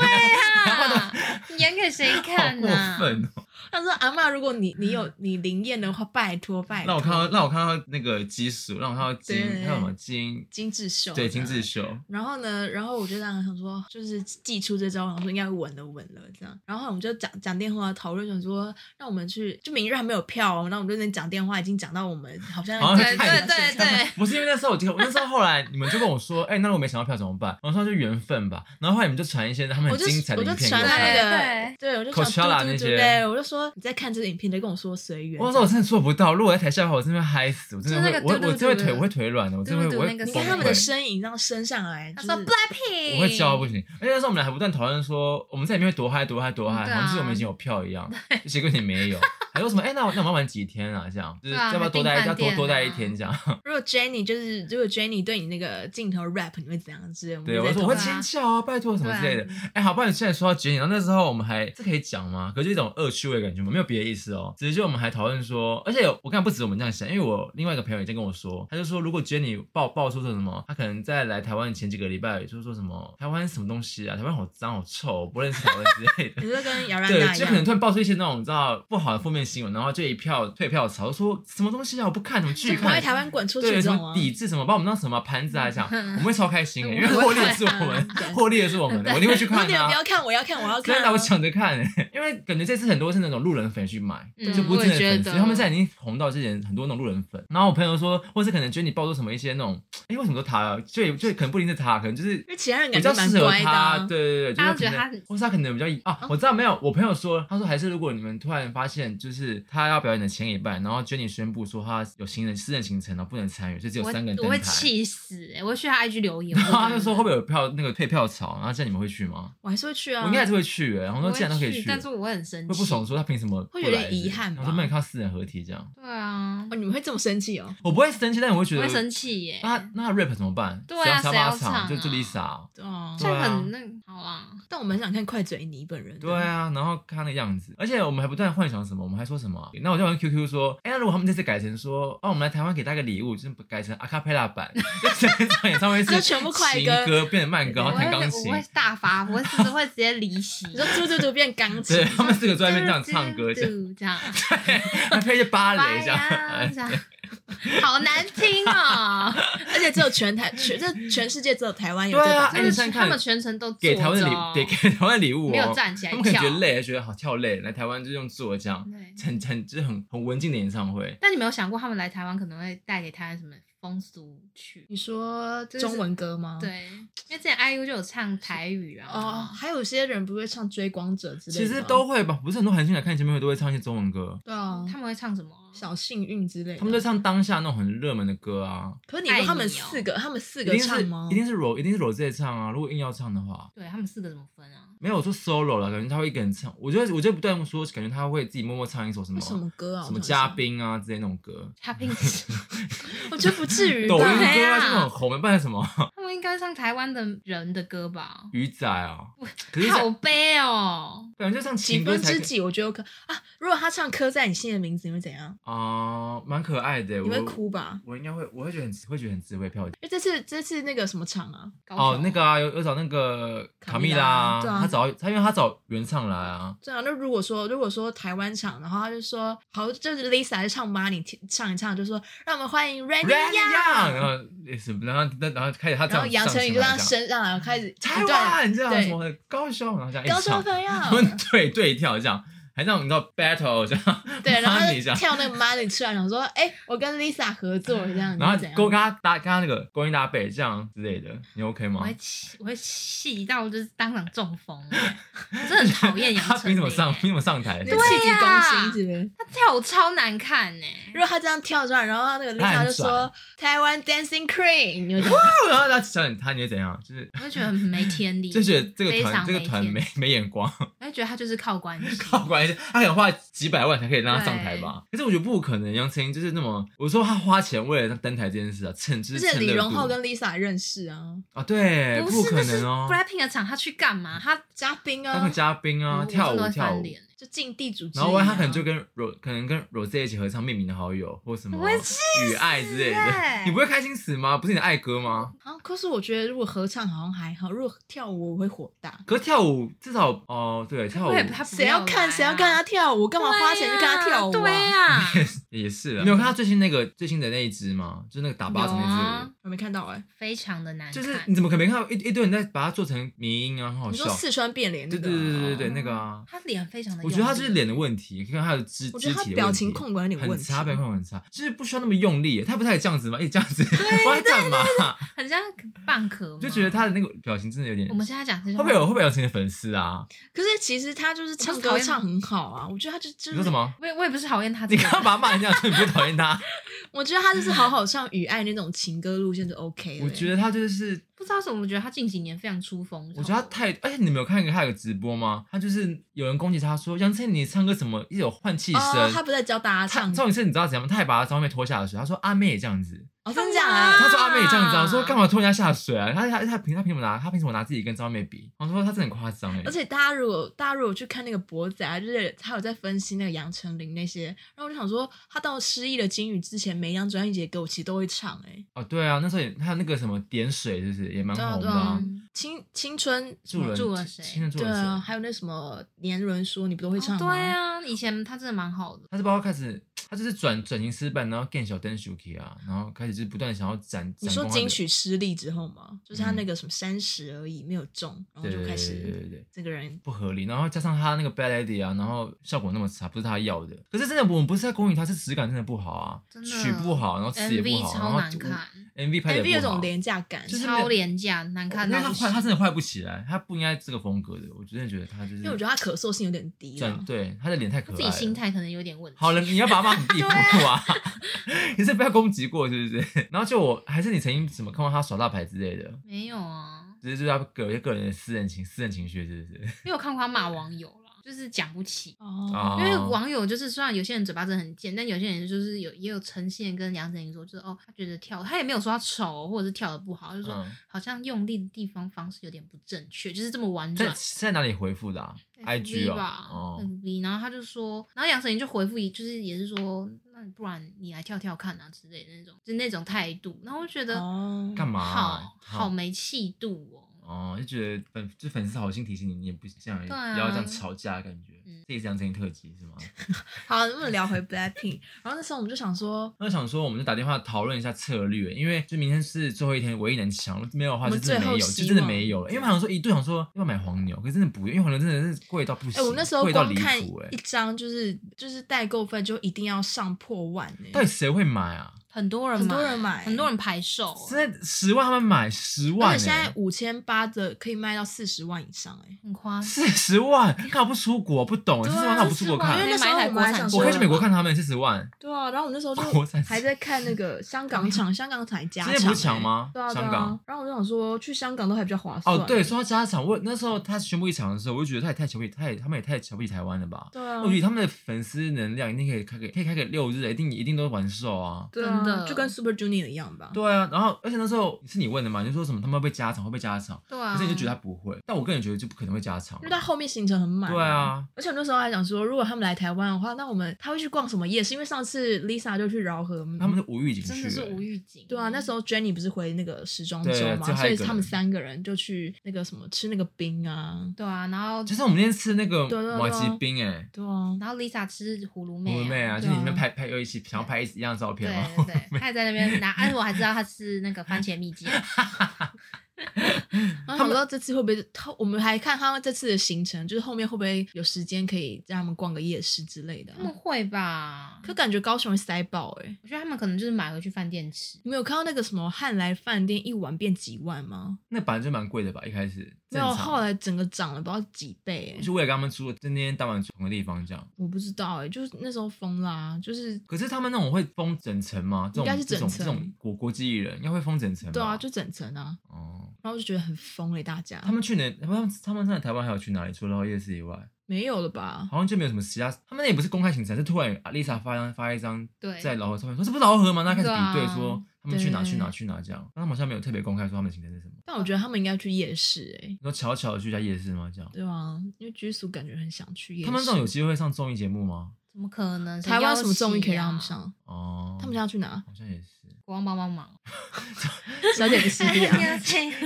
啊 你演给 谁好看啊过呢、分哦！”他说：“阿妈，如果你你有你灵验的话，拜托拜嗯托。”让我看到，让我看到那个基础，让我看到金，对还有什么金？金智秀，对，金智。秀。然后呢，然后我就这样想说，就是寄出这招，然后说应该稳了稳了这样。然后我们就讲讲电话讨论，想说让我们去，就明日还没有票、哦，那我们就能讲电话，已经讲到我们好像好像 在在在看在你对不是因为那时候我记得，我那时候后来你们就跟我说，哎，那如果没抢到票怎么办？我说就缘分吧。然后后来你们就传一些他们我很就精彩的我就影片给传我了看。那个，对我就传 Coachella 嘟嘟那嘟，些对我就说你在看这个影片，你就跟我说随缘。我那时候我真的做不到，如果我在台下的话，我真的会嗨死，我真的就会是，那我个嘟嘟我真的会嘟腿，我会腿软的，我真的嘟会，嘟我那个会你崩看溃。他们的身影这样升上来，他就说是 Blackpink，我会笑到不行。而且那时候我们俩还不断讨论说，我们在里面会多嗨多嗨多嗨，对好啊像是我们已经有票一样，结果你没有。还说什么？哎、那我那我们要玩几天啊？这样就是对啊要不要多待还要订多饭店啊多待一天这样？如果 Jenny 就是如果 Jenny 对你那个镜头 rap，你会怎样之类？们对，就在我说我讨会论啊尖叫啊，拜托什么之类的嗯对。哎、好不好？你现在说到绝然后那时候我们还这可以讲吗？可是一种恶趣味的感觉嘛，没有别的意思哦。只是就我们还讨论说，而且我刚才不止我们这样想，因为我另外一个朋友也在跟我说，他就说如果 Jenny 爆爆出说什么，他可能在来台湾前几个礼拜就是说什么台湾什么东西啊，台湾好脏好臭，我不认识台湾之类的。 你就跟姚然对，娜一就可能样，突然爆出一些那种你知道不好的负面新闻，然后就一票退票潮，说什么东西啊，我不看，怎么就拒跑看回，台湾滚出去对，这什种么啊。抵制什么，把我们当什么盘子啊，这样，嗯我们会超开心的，欸 嗯因为获利的是我们对，获利的是我 们的，我一定会去然后看你的们啊不。要看，我要看，我要看真啊。 的，我抢着看，欸因为感觉这次很多是那种路人粉去买，嗯就不是真的我也粉觉丝，得他们现在已经红到之前很多那种路人粉。然后我朋友说，或是可能觉得你爆出什么一些那种，哎，为什么都他了？就就可能不一定是他，可能就是因为其他人比感较觉适蛮合乖的他，啊。对对对，就是大家觉得可能他很哦或是他可能比较啊，我知道没有，我朋友说，他说还是如果你们突然发现，就是他要表演的前一半，然后 Jenny 宣布说他有行人私人行程，然后不能参与，所以只有我三个人我登 会台。气死、欸，我会去他 IG 留言。然后 他就说会不会？会有票那个退票潮？然后这样你们会去吗？我还是会去啊，我应该还是会去欸然后嗯我说既然都可会以去，去，但是我会很生气，会不爽。说他凭什么不来会有点遗憾吧我说没有看到四人合体这样，对啊，哦，你们会这么生气哦？我不会生气，但我会觉我得会生气欸耶、那那他 rap 怎么办？对啊谁谁要要唱啊就就 Lisa 哦。哦，这样很对啊那好啦，但我蛮想看快嘴你本人的。对啊，然后看他那个样子，而且我们还不断幻想什么，我们还说什么啊、那我就问 QQ 说，哎、那如果他们这次改成说，哦，我们来台湾给大家个礼物，就是改成 a cappella 版，就整场演唱会是就全部快情歌歌变成慢歌，对然我后会弹钢我琴，会大发，我是会直接离 席。你说嘟嘟嘟变钢琴对，啊他们四个坐在那边这样唱歌，这样嘟嘟嘟这样。还配一些芭拜蕾这样，呀 哎这样好难听 哦！而且只有全台全这全世界只有台湾有这 对个啊打哎针，你但想想是他们看，全程都给台湾的礼坐着哦物，给给台湾的礼物、哦，没有站起来他们可能觉跳得累，觉得好跳累，来台湾就用坐这样，对很很就是很很文静的演唱会。但你没有想过，他们来台湾可能会带给台湾什么风俗曲？你说就是中文歌吗？。对，因为之前 IU 就有唱台语啊。哦，还有些人不会唱《追光者》之类的其吗，实都会吧，不是很多韩星来看前面会都会唱一些中文歌，对啊，他们会唱什么？哦小幸运之类的。他们就唱当下那种很热门的歌啊，可是你说他们爱你哦四个，他们四一个定是唱吗一？定是 Ro 一定是 Ro 自己唱啊，如果硬要唱的话，对他们四个怎么分啊？没有我说 solo 了，感觉他会一个人唱，我觉得我就不断说，感觉他会自己默默唱一首什么什么歌啊？什么我想嘉想，宾啊之类那种歌，他平时 我觉得不至于吧哎抖音歌啊对啊这种很红，不然什么 他们应该唱台湾的人的歌吧？鱼仔啊，可是像好悲哦！感觉就唱几情歌分才之可几，我觉得有可啊。如果他唱《刻在你心里的名字》，你会怎样？啊，蛮、可爱的，你会我哭吧？我应该会，我会觉得很会觉得很值回票价。因为这次这次那个什么场啊，高哦雄，那个啊，有有找那个卡卡蜜蜜拉拉啊，对啊他找他因为他找原唱来啊，对啊，那如果说如果说台湾场，然后他就说好，就是 Lisa 就唱 Money 听唱一唱，就说让我们欢迎 Randy Randy Yang，然 Yang，后也是然后然后开始他这啊然后样杨丞成琳就让升上来，开始台一段湾这样对什么的高雄，然后这样一高中唱，朋他友们， 对对跳这样，还让你知道 battle 这样， 对，然帮后他你这就样。跳那个 Money 出来，想说哎，我跟 Lisa 合作这样，然后你怎样勾跟他搭跟他那个勾肩搭背这样之类的，你 OK 我吗会？气，我会气到就是当场中风，欸我真的很讨厌杨 他丞凭什么琳上？凭欸。什么上台？你对气急攻呀心之类的。他跳舞超难看欸呢，如果他这样跳出来，然后那个他 Lisa 很就说台湾 Dancing Queen，你就讲 然后他想你他你会怎样？就是我会觉得很没天理，就觉得这个非常团这个团天理没没眼光，我就觉得他就是靠关系，靠关系，他可能花几百万才可以让他上台吧。可是我觉得不可能，杨丞琳就是那么，我说他花钱为了登台这件事啊，趁就而是且趁李热荣度浩跟 Lisa 认识啊，啊，对，不是可那是能哦， BLACKPINK 的场，他去干嘛？他嘉宾当个啊，嘉宾啊，我跳我真的舞会跳翻舞。脸，就进地主之谊然啊。后他可能就跟 Ro 可能跟 Rose 一起合唱《命名的好友》或什么我会气《雨爱》之类欸的，你不会开心死吗？不是你的爱歌吗？啊，可是我觉得如果合唱好像还好，如果跳舞我会火大。可是跳舞至少哦，对，跳舞对，他不谁要来看啊谁要看他跳舞？干嘛花钱去看他跳舞对啊？呀，也是 啊。你有看他最新那个最新的那一支吗？就是那个打有巴掌那啊支，，我没看到哎，非常的难看，就是你怎么可能没看到一一堆人在把它做成迷音啊，很好你笑说。四川变脸那对个？对对对对对，哦那个啊，他脸非常的，我觉得他就是，脸的问题，看他的肢我觉得肢他体的表问情题控管有点问很题。差，表情控很差，就是不需要那么用力耶。他不太这样子吗？一哎直这样子， 我在干嘛？很像蚌壳嘛，就觉得他的那个表情真的有点。我们现在讲这会些不会有会不会有成的粉丝啊？可是其实他就是唱我歌不是讨厌唱很好啊，我觉得他就就你说是什？么？我也我也不是讨厌他这你个人，刚刚把他骂成这样，所以你不讨厌他？我觉得他就是好好唱《雨爱》那种情歌路线就 OK 了。欸我觉得他就是，不知道为什么，我觉得他近几年非常出风头，我觉得他太……而且你没有看他有个直播吗？他就是有人攻击他说杨丞琳唱歌怎么一直有换气哦声，他不在教大家他唱重点是你知道怎样吗？他还把他从外面拖下水。他说阿妹也这样子，哦，真的假的？他说阿妹也这样子啊，我说干嘛拖人家下水啊？他他他凭他凭什么拿？他凭什么拿自己跟张妹比？我说他真的很夸张哎而。且大家如果大家如果去看那个博仔啊，就是他有在分析那个杨丞琳那些，然后我就想说，他到失忆的金鱼之前，每一张专辑的歌我其实都会唱哎、欸哦，对啊，那时候也他那个什么点水就是也蛮对啊红的对啊啊，嗯青青春助人助了谁亲人助对了啊，谁？还有那什么年轮说你不都会唱哦吗？对，啊，以前他真的蛮好的，他是包括开始，他就是转转型失败，然后更小灯 Suki 啊，然后开始就是不断想要展。你展说光他金的曲失利之后吗？就是他嗯那个什么三十而已没有中，然后对就对开对对始对对这个人不合理，然后加上他那个 bad idea 啊，然后效果那么差，不是他要的。可是真的，我们不是在攻击他，是质感真的不好啊真，的曲不好，然后词也不 MV 好，啊超然后难看。 MV 拍的 MV 有不好啊种。廉价感，就是没有超廉价，难看因到为他不坏，行。他真的坏不起来，他不应该这个风格的。我真的觉得他就是，因为我觉得他可塑性有点低转了。对他的脸太可他爱自己心了。态可能有点问题。好了，你要把他骂很 地步啊！你是被他攻击过是不是？ 然后就我还是你曾经怎么看过他耍大牌之类的，没有啊，只是就是他个有些个人的私人情私人情绪是不是？因为我看过他骂网友啦，就是讲不起。哦，啊， 因为网友就是，虽然有些人嘴巴真的很贱，但有些人就是有也有呈现跟杨丞琳说，就是哦，他觉得跳，他也没有说他丑或者是跳的不好，就是说嗯好像用力的地方方式有点不正确，就是这么婉在转。在哪里回复的啊 FB ？IG 吧嗯哦，哦， ，FB，然后他就说，然后杨丞琳就回复一，就是也是说，那你不然你来跳跳看啊之类的那种，就是那种态度。然后我就觉得，哦干嘛啊？好好没气度哦。哦，就觉得粉就粉丝好心提醒你，你也不这样，对啊不要这样吵架，感觉嗯。这这一张真特辑是吗？好，那么聊回 Blackpink，然后那时候我们就想说，那想说，我们就打电话讨论一下策略，因为就明天是最后一天，唯一能抢，没有的话我就们真的没最有，后就希望真的没有了。因为我想说一度想说要不要买黄牛，可是真的不用，因为黄牛真的是贵到不哎、行，我那时候贵到光离看谱哎一。张就是就是代购费就一定要上破万欸呢、到底谁会买啊？很多人很多人买很多人排售，现在十万他们买十而万、且现在欸，五千八的可以卖到四十万以上哎、很夸张。四十万，看我不出国，不懂，对四啊十万看我不出国看因40为万那时候我们还可想以买说，我可以去美国看他们四十万，对啊，然后我那时候 国产就还在看那个香港 场，香港场加现场、在不是抢吗欸？对啊，对香港啊。然后我就想说，去香港都还比较划算。哦，对，说到加场，我那时候他宣布一场的时候，我就觉得他也太瞧不起，他也他们也太瞧不起台湾了吧？对啊我，觉得他们的粉丝能量一定可以开给，可以开给六日，一定一定都完售啊。对真啊，的就跟 Super Junior 一样吧。对啊，然后而且那时候是你问的嘛，你就说什么他们会不会加场，会不会加场？对啊，可是你就觉得他不会，但我个人觉得就不可能会加场因为。嗯他后面行程很满、对啊，而且我那时候还想说，如果他们来台湾的话，那我们他会去逛什么夜市？因为上次 Lisa 就去饶河，他们是无预警真去的是欸无预警。对啊，那时候 Jenny 不是回那个时装对周嘛，最后所一以个他们人三个人就去那个什么吃那个冰啊，对啊，然后就像我们那天吃那个对对对马吉冰哎，对啊，然后 Lisa 吃葫芦我妹，们妹啊，就对是啊你们拍拍又一起想要拍一样的照对片嘛。对对，她也在那边 拿，而且我还知道她吃那个番茄蜜饯，然后不知道这次会不会，他我们还看他们这次的行程，就是后面会不会有时间可以让他们逛个夜市之类的啊、他们会吧？可感觉高雄会塞爆哎、我觉得他们可能就是买回去饭店吃，你们有看到那个什么汉来饭店一晚变几万吗？那本来就蛮贵的吧，一开始没正有，后常。来整个涨了不知道几倍哎、就为了跟他们住，今天当晚同个地方这样。我不知道哎、就是那时候疯啦、就是可是他们那种会封整层吗？这应该种是这种整层这种国国际艺人应该会封整层吧。对啊，就整层啊，哦，然后就觉得很疯哎、大家他们去年他们他们在台湾还有去哪里？除了夜市以外，没有了吧？好像就没有什么其他，他们那也不是公开行程，是突然 Lisa 发张发一张对在老河照片，说这不是老河吗？那开始对啊比对说他们去哪对去哪去哪这样，但他们好像没有特别公开说他们行程是什么。但我觉得他们应该去夜市哎、你说悄悄的去一下夜市吗？这样，对啊，因为居宿感觉很想去夜市。他们这种有机会上综艺节目吗？怎么可能？台湾谁什么综艺可以邀让他们请啊？上？哦，他们想要去哪？好像也是，国王帮帮忙，小姐的系列 啊。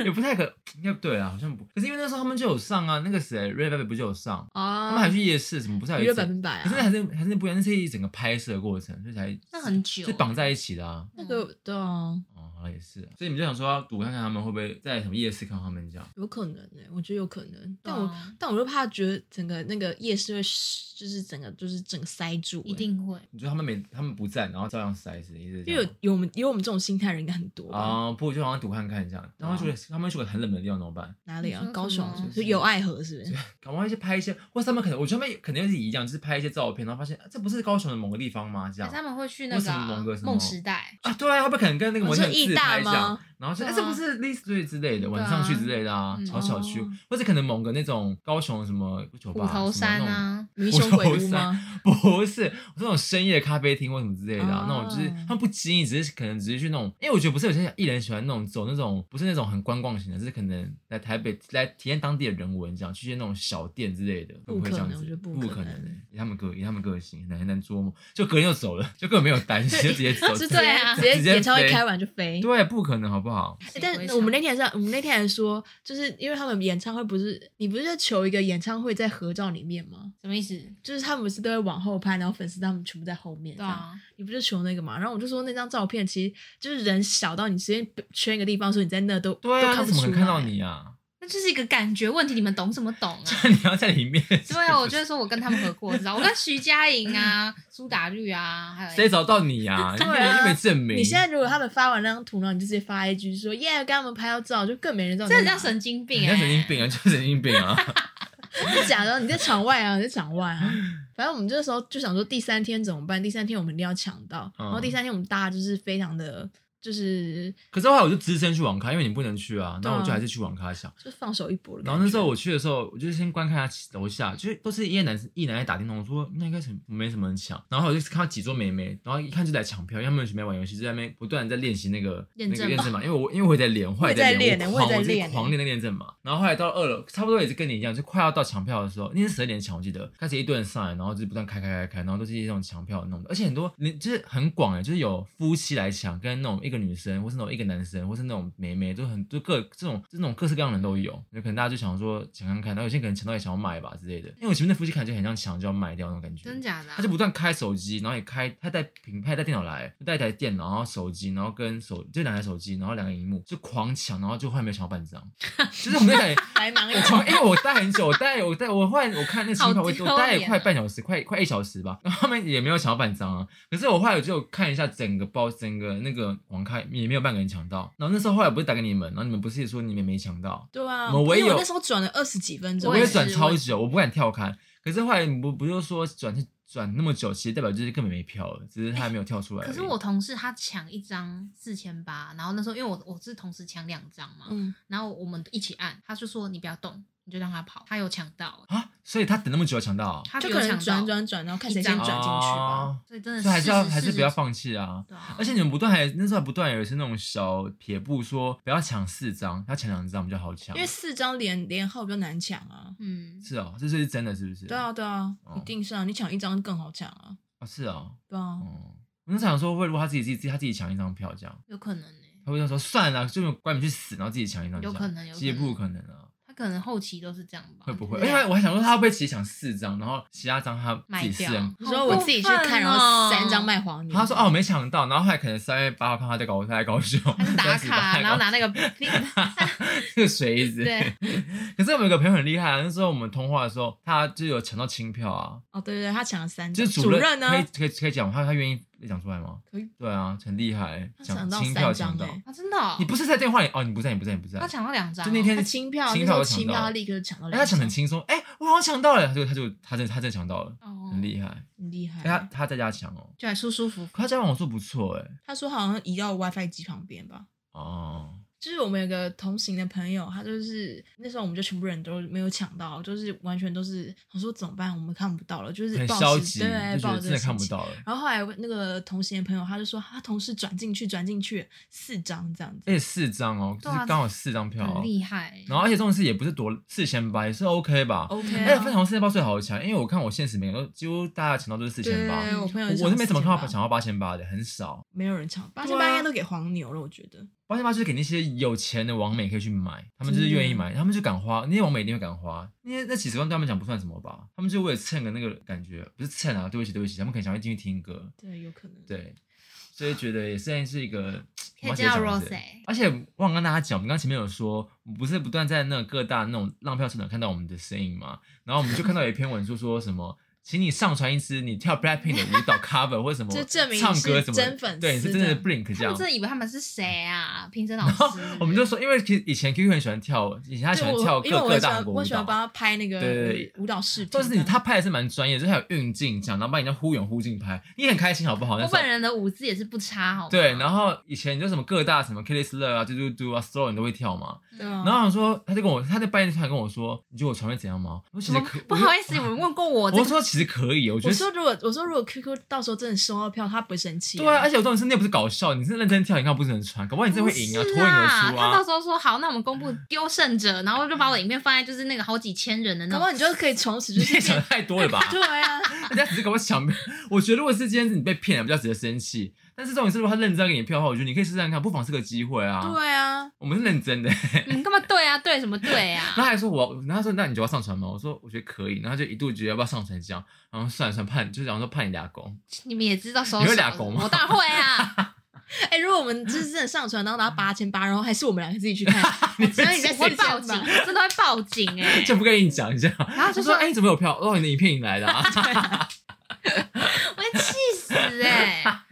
也不太可，应该对啊，好像不。可是因为那时候他们就有上啊，那个谁 Ray b a b y 不就有上，他们还啊，去夜市，怎么不是还娱有乐一百整？分百可是那啊，还是还是不一样，那是一整个拍摄的过程，所以才那很久是绑在一起的啊。那嗯个对啊，哦，好像也是啊，所以你们就想说要赌看看他们会不会在什么夜市看到他们这样。有可能哎、我觉得有可能，对但啊我但我又怕觉得整个那个夜市会失就是整个就是整个塞住欸、一定会。你觉得他们没他们不在，然后照样塞是一直因为有有我们有我们这种心态的人应该很多吧？啊、不如就好像赌看看这样。然后啊觉得他们去个很冷门的地方怎么办？哪里你啊说？高雄什么是有爱河是 不是？搞不好一些拍一些，或者他们可能我觉得他们可能也是一样，就是拍一些照片，然后发现、啊、这不是高雄的某个地方吗？这可样是他们会去那啊为个什么啊蒙哥什么梦时代，啊，对啊，他们可能跟那个模特哦是自义大拍这样吗，然后说、对啊哎这不是 l i s t 之类的，对啊晚上去之类的啊，嗯小小区，哦或者可能某个那种高雄什么酒吧虎头山什么那种啊，迷凶鬼屋吗？ 不是我这种深夜咖啡厅或什么之类的、啊哦，那种就是他们不经意，只是可能只是去那种，因为我觉得不是有些艺人喜欢那种走那种不是那种很观光型的，就是可能来台北来体验当地的人文，这样去一些那种小店之类的，不会这样可能我觉子，得不可可能能欸，以他们个以他们个性很难很难捉摸，就隔天就走了，就根本没有担心，就直接走，是直这 接对啊 样，直 接直接演唱会飞开完就飞。对，不可能好不好？欸谁但不会我唱们那天还是，我们那天还说，就是因为他们演唱会不是，你不是在求一个演唱会在合照里面吗？什么意思？就是他们不是都会往后拍，然后粉丝他们全部在后面。对，啊，你不是求那个嘛？然后我就说那张照片其实就是人小到你随便圈一个地方的时候，你在那都对都啊，看那不怎么出可能看来。到？你啊？ 那就是一个感觉问题，你们懂什么懂啊？你要在里面，对啊，我就是说我跟他们合过，我知道我跟徐佳 莹啊、苏打绿啊，还有谁找到你啊？你 对啊又没证明，你现在如果他们发完那张图，然后你就直接发 IG 说耶，跟他们拍到照，就更没人知道你这在很哪。像神经病你哎，像神经病啊，就是神经欸病啊。真的假的？你在场外啊，你在场 外啊。反正我们这时候就想说，第三天怎么办？第三天我们一定要抢到。嗯然后第三天我们大家就是非常的，就是可是后来我就只身去网咖，因为你不能去啊，对然啊后我就还是去网咖想。就放手一搏的感觉。然后那时候我去的时候，我就先观看他楼下，就是都是一些男生一男在打电动，我说那应该是没什么人抢。然后我就看到几桌妹妹，然后一看就来抢票，因为他们准备玩游戏，就在那边不断地在练习那个验那证个码验证码，因为我因为我也在练，后来我也在练，练我我也狂在我自己练狂练那个验证码。然后后来到二楼，差不多也是跟你一样，就快要到抢票的时候，那天十二点抢我记得，开始一堆人上来，然后就是不断欸开开开开，然后都是一些那种抢票弄的，而且很多你就是很广哎、就是有夫妻来抢，跟那种一个个女生，或是那种一个男生，或是那种妹妹，就很就各这种这种各式各样的人都有。有可能大家就想说想看看，然后有些可能抢到也想要买吧之类的。因为我前面那夫妻看起来很像抢就要卖掉那种感觉，真假的啊、他就不断开手机，然后也开，他带品牌带电脑来，就带一台电脑，然后手机，然后跟手就两台手机，然后两个荧幕就狂抢，然后就后来没有抢到半张， 就是我们那台。白 忙一我场从，因为我带很久，我带我带我后来我看那个新票，我好丢我带了脸啊快半小时，快快一小时吧，然后他们也没有抢到半张啊。可是我后来我就看一下整个包，整个那个网开也没有半个人抢到。然后那时候后来不是打给你们，然后你们不是也说你们没抢到，对啊，我唯有因为我那时候转了二十几分钟，我也也是转超久，我不敢跳开。可是后来你不不就说转是转那么久，其实代表就是根本没票了，只是他还没有跳出来而已。可是我同事他抢一张四千八，然后那时候因为我我是同时抢两张嘛，嗯，然后我们一起按，他就说你不要动，你就让他跑，他有抢到，啊，所以他等那么久才抢到啊，他就有可抢能转到，转转，然后看谁先一张转进去吧。哦，所以真的所嗯是以还是要事实还是不要。事实放弃啊。对啊，而且你们不断还那时候还不断有一些那种小撇步说不要抢四张，要抢两张比较好抢。因为四张连连号比较难抢啊。嗯，是哦，这是真的是不是？对啊，对啊，哦一定是啊，你抢一张更好抢啊。啊是哦，对啊，嗯，我那时候想说，会如果他自己自己自己他自己抢一张票这样，有可能欸呢、他会说算了，就管你去死，然后自己抢一张这样，有可能有可能其实不可能啊，他可能后期都是这样吧？会不会？对因啊为我还想说他会不会其实抢四张，然后其他张他自卖己私掉人。，你说我自己去看，然哦后三张卖黄牛。他说：“哦，我没抢到。”然后后来可能三月八号看他在搞， 他在高雄，他是打38卡，然后拿那个 啊这个水子。对。可是我们有个朋友很厉害啊，那时候我们通话的时候，他就有抢到清票啊，哦，对对，对他抢了三就张，是主任呢可以可以可以讲，他他愿意讲出来吗？可以，对啊，很厉害，他讲抢到清票三抢张到。哎，啊，真的哦、你不是在电话里哦？你不在，你不在，你不在。他抢到两张哦、就那天他清票，清那时票候都抢清到票了立刻抢到哎，两他张，抢得很轻松，哎，我好像抢到了，他就他就他真的他真的抢到了，哦，很厉害。很厉害哎，。他他在家抢哦，就还舒舒服服。可他家网速不错哎。他说好像移到 WiFi 机旁边吧。哦，就是我们有个同行的朋友，他就是那时候我们就全部人都没有抢到，就是完全都是我说怎么办，我们看不到了，就是很抱消持极，就对，觉抱得着真的看不心情。到了。然后后来那个同行的朋友他就说，他同事转进去，转进去四张这样子而，且四张哦，就对是啊刚好四张票哦很。厉害，然后而且这种事也不是多四千八，也是 OK 吧？ OK 啊哎，分享四千八最好抢，因为我看我现实每个都几乎大家抢到都是四千八，对，我朋友我是没怎么看到抢，抢到八千八的，很少。没有人抢，八对千啊八应该都给黄牛了，我觉得。八千八就是给那些有钱的网美可以去买，他们就是真的愿意买，他们就敢花，那些网美一定会敢花。那些那几十万对他们讲不算什么吧，他们就为了蹭个那个感觉，不是蹭啊，对不起对不起，他们可能想要进去听歌，对，有可能。对，所以觉得也算是一个。可以见到我忘记 Rose，讲欸是而且忘了跟大家讲，我们刚刚前面有说，我们不是不断在那个各大那种浪票社团看到我们的身影嘛，然后我们就看到有一篇文就说什么。请你上传一支你跳 BLACKPINK 的舞蹈 cover 或者什么， 就证明你唱歌什是么真粉丝对，你是真的这样 Blink 这他样们。真的以为他们是谁啊？评审老然后师，我们就说，因为其实以前 QQ 很喜欢跳，以前他喜就欢我跳因为各我各很喜大欢，国我舞很喜欢帮蹈，他拍那个对舞蹈视频这就样。是你他拍的是蛮专业，就是还有运镜这样，然后把人家忽远忽近拍，你很开心好不好？那我时候本人的舞姿也是不差，好吗对，然后以前就什么各大什么 k i l l y s l e r 啊、嘟嘟嘟啊、Slow 你都会跳嘛，对啊嗯然后我说，他就跟我，他在半夜突然跟我说，你觉得我传会怎样吗？我说什其么实可，不好意思，有人问过我我这就，我个，说其实可以，我觉我得说如果我说如果 QQ 到时候真的收到票，他不会生气、对啊，而且我重点是那不是搞笑，你是认真跳，你看不是能穿，搞不好你真的会赢啊，不脱是颖而出他到啊。时候说好，那我们 公布丢胜者，然后就把我的影片放在就是那个好几千人的那搞不种。好你就可以从此就你是也想 变太多 了吧？对啊，人家只是搞我想， 我觉得如果是今天是你被骗了，比较值得生气。但是这种事，如果他认真给你票的话，我觉得你可以试试看，不妨是个机会 啊。对啊，我们是认真的。你干嘛对啊？对什么对 然后啊？还说我，然后他说那你就要上传吗？我说我觉得可以，然后就一度觉得要不要上传这样，然后算了算了，怕你就想说怕你俩公，你们也知道收你会手俩狗吗我当然 会啊！哎、如果我们就是真的上传，然后拿八千八，然后还是我们两个自己去看，哦 所以你在我会报警，真的会报警哎！就不跟你讲一下。然后他就说说哎、你怎么有票？哦，你的影片引来的啊。 我会气死哎！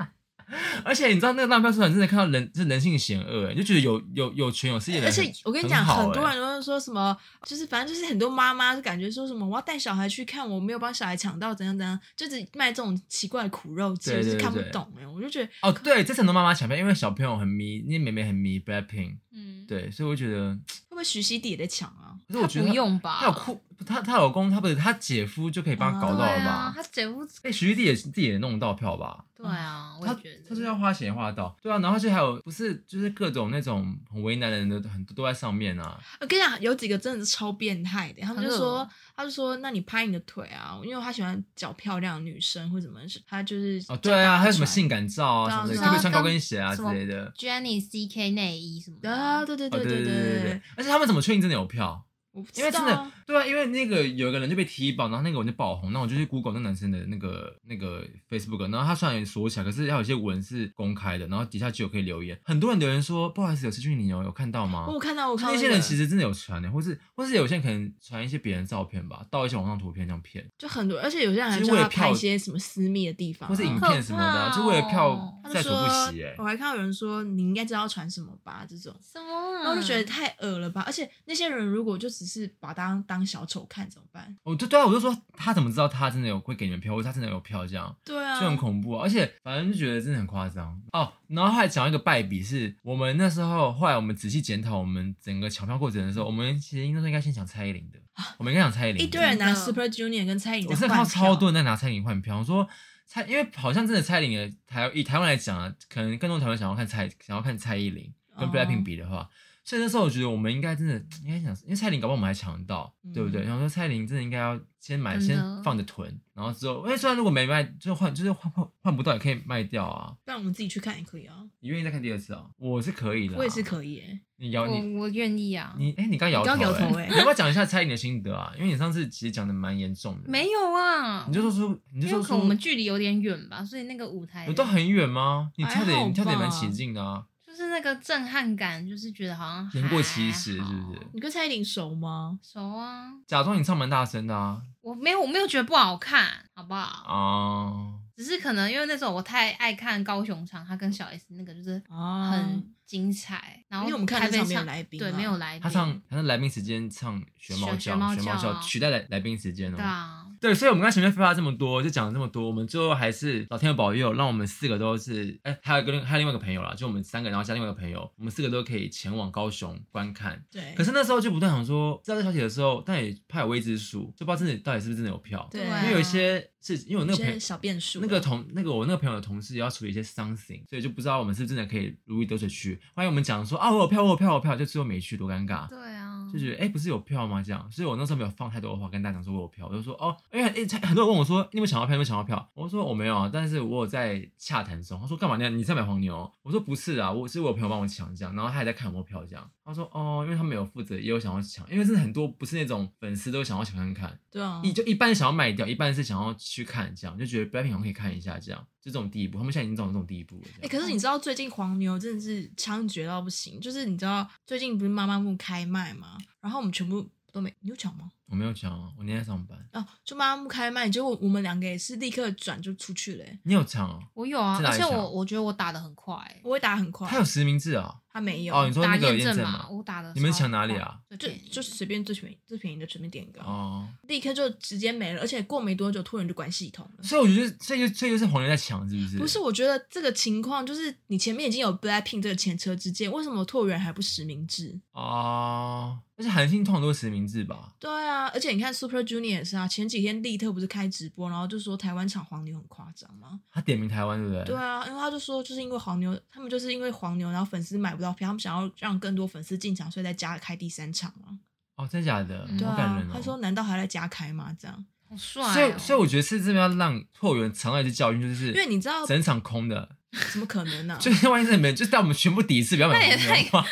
而且你知道那个浪票社团真的看到人是人性险恶，哎，就觉得有有有权有势的人而很，且我跟你讲，很好很多哎人都是说什么，就是反正就是很多妈妈就感觉说什么，我要带小孩去看，我没有帮小孩抢到怎样怎样，就是卖这种奇怪的苦肉计，对我对是看不对懂哎、我就觉得哦，对，这次很多妈妈抢票，因为小朋友很迷，那妹妹很迷 Blackpink，嗯，对，所以我觉得，会不会徐熙娣也在抢啊？可是我觉得不他用他有吧？酷，不她她老公，她不是她姐夫就可以帮她搞到哦了对啊吧？，他姐夫哎、徐徐自己也自己也弄到票吧？对啊，我他也觉得嗯他是要花钱花到，对啊，然后就还有不是就是各种那种很为难人的很多都在上面啊，我跟你讲，有几个真的是超变态的，他们就很恶哦说，他就说，那你拍你的腿啊，因为他喜欢脚漂亮的女生或怎么，他就是哦对啊，还有什么性性感照啊什么的，对可啊不可以穿高跟鞋啊什之么类的？ Jenny CK 内衣什么的啊，对对哦对对对对对，，而且他们怎么确定真的有票？我不知因为真道的啊，对啊，因为那个有一个人就被踢爆，然后那个人就爆红，那我就去 Google 那男生的那个那个 Facebook，然后他虽然也锁起来，可是他有些文是公开的，然后底下就有可以留言，很多人留言说不好意思，有失去你哦，有看到吗？我有看到我看到那些个人其实真的有传的，或是或是有些人可能传一些别人照片吧，盗一些网上图片这样骗，就很多，而且有些人还其实叫为他了票拍一些什么私密的地方啊，或是影可片什么的啊，怕就为了票哦他在就所不说惜哎、，我还看到有人说你应该知道传什么吧，这种，什么啊？然后我就觉得太恶了吧，而且那些人如果就只是把他当当小丑看怎么办？我就对啊，我就说他怎么知道他真的有会给你们票，或者他真的有票这样，对啊，就很恐怖、啊，而且反正就觉得真的很夸张哦。然后还讲一个败笔是，我们那时候后来我们仔细检讨我们整个抢票过程的时候，我们其实那时候应该先抢蔡依林的，我们应该抢蔡依林的，啊一堆人拿真的 Super Junior 跟蔡依林我在是换看到票，超多人在拿蔡依林换票，我说蔡，因为好像真的蔡依林的台以台湾来讲啊，可能更多台湾想要看蔡想要看蔡依林跟哦 BLACKPINK 比的话，所以那时候我觉得我们应该真的应该想，因为蔡依林搞不好我们还抢得到，嗯对不对？然后说蔡依林真的应该要先买，真的先放着囤，然后之后，因为虽然如果没卖，就换就是换换换不到也可以卖掉啊。但我们自己去看也可以啊，你愿意再看第二次啊？我是可以的、我也是。可以耶。你摇哦你我我愿意啊，你哎、你刚摇你刚摇头头哎、欸你要不要讲一下蔡依林的心得啊？因为你上次其实讲的蛮严重的，没有啊，你就说出你就因说为可出能我们距离有点远吧，所以那个舞台哦我都很远吗？你哎还跳的也好你跳的也蛮吧起劲的啊，就是那个震撼感，就是觉得好像言过还其实是不是好你跟蔡依林熟吗？熟啊，假装你唱蛮大声的啊我没有我没有觉得不好看，好不好？啊！只是可能因为那时候我太爱看高雄场，他跟小 S 那个就是啊很精彩，然后因为我们看台北那场没有场来宾对，啊没有来宾，他唱他在来宾时间唱学猫学叫，学猫学猫叫叫啊取代来来宾时间哦对。啊，对，所以我们刚才前面废话这么多，就讲了这么多，我们最后还是老天有保佑，让我们四个都是，哎，还有一个还有另外一个朋友啦，就我们三个，然后加另外一个朋友，我们四个都可以前往高雄观看。对，可是那时候就不断想说，知道这消息的时候，但也怕有未知数，就不知道真的到底是不是真的有票。对啊因为有一些是因为我那有个朋些小变数，啊那个同那个我那个朋友的同事也要处理一些 something，所以就不知道我们是不是真的可以如鱼得水去。万一我们讲说啊我有票我有票我有票，就最后没去，多尴尬。对啊，就觉得哎、诶不是有票吗？这样，所以我那时候没有放太多的话跟大家讲说我有票，我就说哦，因为、诶很多人问我说你有没有抢到票，有没有抢到票？我说我没有啊，但是我有在洽谈中。他说干嘛呢？你在买黄牛？我说不是啊，我是我有朋友帮我抢这样，然后他也在看有没有票这样。他说哦，因为他们有负责，也有想要抢，因为真的很多不是那种粉丝都想要抢看看，对啊，一就一半想要卖掉，一半是想要去看，这样就觉得 Blackpink 好像可以看一下，这样就这种地步。他们现在已经走到这种地步了。哎、这样可是你知道最近黄牛真的是猖獗到不行，就是你知道最近不是妈妈木开卖吗？然后我们全部都没，你有抢吗？我没有抢啊，我那天在上班。哦，就妈妈木开卖，结果我们两个也是立刻转就出去了、欸，你有抢啊？我有啊，在哪而里且抢我我觉得我打的很快、我会打很快，他有实名制啊？他没有，哦，你说打那个验验证证嘛，码？我打的你们抢哪里啊？就就就是随便最便宜最便宜的随便点一个，哦，立刻就直接没了，而且过没多久突然就关系统了。所以我觉得这就这就是黄牛在抢，是不是？嗯不是，，我觉得这个情况就是你前面已经有 Blackpink 这个前车之鉴，为什么拓元还不实名制？哦，而且韩信通常都是实名制吧？对啊，而且你看 Super Junior 也是啊，前几天利特不是开直播，然后就说台湾场黄牛很夸张吗？他点名台湾，对不对？对啊，因为他就说就是因为黄牛，他们就是因为黄牛，然后粉丝买不到票，他们想要让更多粉丝进场，所以在家开第三场啊。哦，真假的，嗯对好感人啊哦，。他说难道还在家开吗？这样，好帅、哦，所以所以我觉得是这边要让拓元尝到一次教训，就是因为你知道整场空的，怎么可能呢、啊？就是万一是没人，就是带我们全部抵制，不要买那也红牛嘛，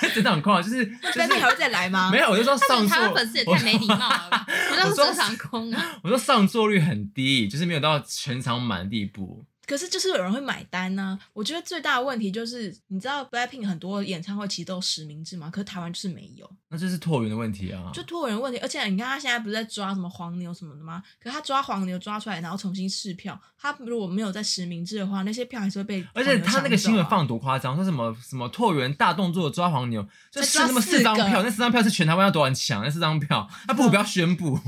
不是真的很快，啊就是就那你还会再来吗？没有，我就说他上们台座湾粉丝也太没礼貌了吧，不我让说正常空啊。我说 上座率很低，就是没有到全场满的地步。可是就是有人会买单呢、我觉得最大的问题就是，你知道 Blackpink 很多演唱会其实都有实名制嘛，可是台湾就是没有，那就是拓元的问题啊，就托人问题。而且你看他现在不是在抓什么黄牛什么的吗？可他抓黄牛抓出来，然后重新试票，他如果没有在实名制的话，那些票还是会被、而且他那啊个新闻，放多夸张，说什么什么拓元大动作抓黄牛，就再是抓那么四四张个嗯票，那四张票是全台湾要多少人抢？那四张票，他不如不要宣 布。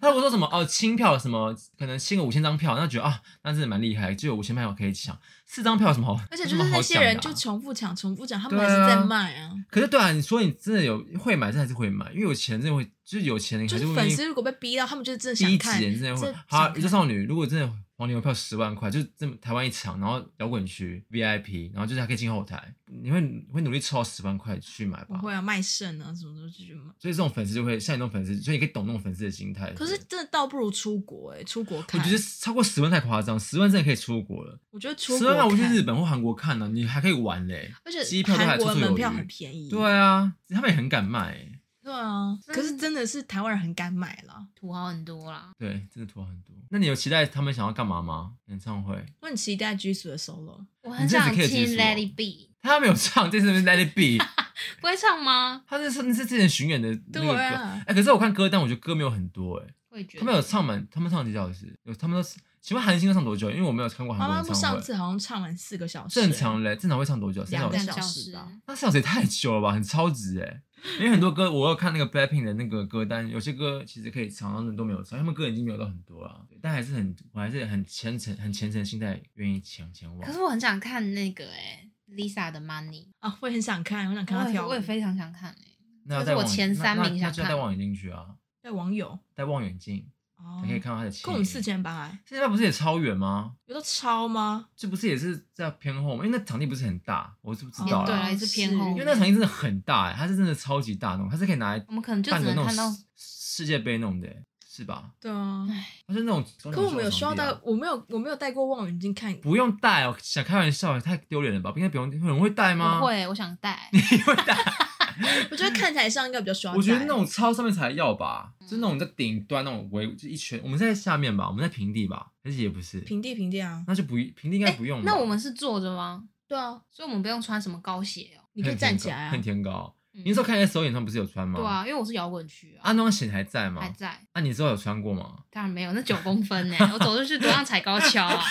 他如果说什么哦清票什么，可能清个五千张票，那觉得啊，那真的蛮厉害，就有五千票可以抢，四张票有什么好？而且就有什是么好那些人抢的就啊重复抢、重复抢，他们对还是在啊卖啊。可是对啊，你说你真的有会买，真的还是会买，因为有钱真的会，就是有钱人还就是是会粉愿意丝如果被逼到，他们就是真的第想一集看，人真的这会，想好，宇啊宙看少女如果真的黄牛票十万块，就是这么台湾一场，然后摇滚区 VIP，然后就是还可以进后台，你会你会努力凑到十万块去买我吧？会啊，卖肾啊，什么都去买。所以这种粉丝就会像你这种粉丝，所以你可以懂那种粉丝的心态。可是对真的倒不如出国哎、出国我看。觉得超过十万太夸张，十万真的可以出国了，我觉得出十国万块看，我去日本或韩国看呢、啊你还可以玩嘞。而且机票都还韩绰国绰门有票余很便宜。对啊，他们也很敢卖、欸，对啊，嗯可是真的是台湾人很敢买了。土豪很多啦。对，真的土豪很多。那你有期待他们想要干嘛吗？演唱会？我很期待 Jisoo 的 solo，我你很这样想子可以哦接听受 Let It Be，他没有唱，这次是 Let It Be。不会唱吗？他是甚至是之前巡演的那个歌，对哎、啊可是我看歌单，我觉得歌没有很多哎、我也觉他们得。有唱满，他们唱了几小时，有他们都是，请问韩星都唱多久？因为我没有看过妈韩国妈演啊不唱上会。次好像唱完四个小时，正常嘞，正常会唱多久？三两小时？个小小时时吧。那三小时也太久了吧，很超值哎。因为很多歌，我有看那个 Blackpink 的那个歌单，有些歌其实可以唱，但是都没有唱，他们歌已经没有到很多了，啊对但还是很，我还是很虔诚、很虔诚的心态，愿意前前往可。是我很想看那个哎、Lisa 的 Money，啊，我也很想看，我想看我他也跳舞。我也非常想看哎、那要这是戴我望前三那名那那想就要看戴望远镜去啊，对网友戴望远镜哦才可以看到他的前。跟我们四千八哎，现在不是也超远吗？有到超吗？这不是也是在偏后吗？因为那场地不是很大，我是不知哦道哦也对啦。啦也是偏红因为那场地真的很大、欸，它是真的超级大那种，它是可以拿来我们可能就办只个能那看到种世世界杯那种的欸、是吧？对啊，它是那种。可我们有需要带、戴，我没有我没有戴过望远 镜看，啊不用带哦，想开玩笑，太丢脸了吧？应该不用，有人会带吗？不，欸会，我想带。我觉得看台上应该比较需要戴。我觉得那种超上面才要吧，嗯就是那种在顶端那种围，就一圈。我们在下面吧，我们在平地吧，还是也不是？平地平 地啊，那就不平地应该不用吧、哎那我们是坐着吗？对啊，所以我们不用穿什么高鞋哦。你可以恨站天起高来啊恨。天高。嗯你那时候看 S O 演唱不是有穿吗？哦对，啊，因为我是摇滚区啊，安装显还在吗？还在。那、你之后有穿过吗？当然没有，那九公分呢、我走出去多像踩高跷 啊，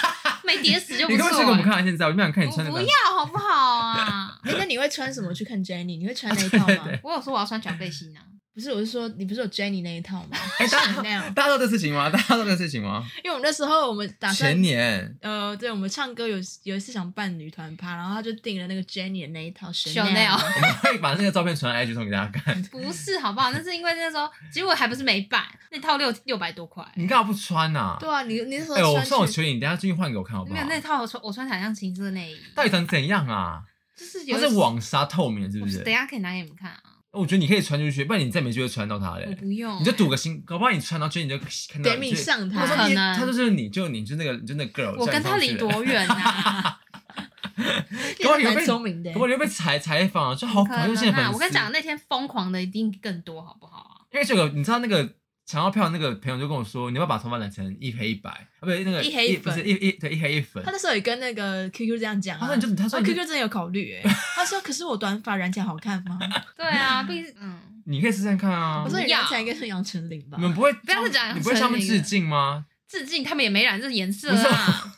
没跌死就你不可不可错、以穿给我们欸。看？现在我就不想看你我穿那不个。要好不好啊？ 哎，那你会穿什么去看 Jenny？你会啊穿那一套吗？我有说我要穿小背心啊，不是，我是说你不是有 Jenny 那一套吗？哎、大家那样，大家知道这事情吗？大家知道这事情吗？因为我们那时候我们打算前年呃，对，我们唱歌有有一次想办女团趴，然后他就订了那个 Jenny 的那一套 Chanel 我们会把那个照片传到 IG 上给大家看。 不是好不好？那是因为那时候结果还不是没办，那套六六百多块。你干嘛不穿呐、对啊，你你那时候哎、我穿去算我求你，你等一下最近换给我看好不没好有？那套我穿我穿起来像情色内衣，到底长怎样啊？就是有它一是网纱透明的，是我不是？等一下可以拿给你们看啊，我觉得你可以穿出去，不然你再没机会穿到它嘞、我不用欸、你就赌个心，搞不好你穿到，就你就看到点名上他台，说你，可能他就是你，就你就那个，你就那个 girl 我跟他站上去离了多远 啊？也是你会被蛮聪明的可。不你会被采采访啊，就好不搞可笑。现能在粉啊！丝，我跟你讲，那天疯狂的一定更多，好不好啊？因为这个你知道那个抢到票那个朋友就跟我说，你要不要把头发染成一黑一白，啊不是那个一黑一不粉是一一对一黑一粉他。那时候也跟那个 QQ 这样讲他啊，说你就他他说说你 QQ 真的有考虑哎，他说可是我短发染起来好看吗？对啊，毕竟嗯，你可以试试看啊我。说你染起来应该是杨丞琳吧你？们不会不要再讲你不会向他们成那致个敬吗？致敬他们也没染这颜色不是啊，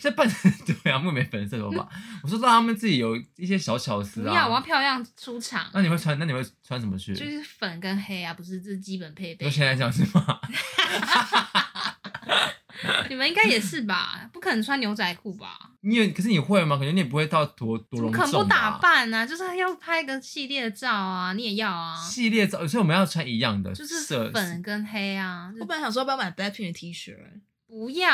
这扮 对啊，木美粉色头发，我说让他们自己有一些小巧不思要，我要啊。漂亮出场，那你会穿那你会穿什么去？就是粉跟黑啊，不是这是基本配备就，现在这样是吗？你们应该也是 吧？不可能穿牛仔裤吧？你也可是你会吗？感觉你也不会到多多怎隆么重吧可能不打扮呢、啊？就是要拍个系列照啊，你也 要啊，系列照，所以我们要穿一样的就是色。粉跟黑啊，就我本来想说要不要买 Blackpink 的 T 恤，欸不要。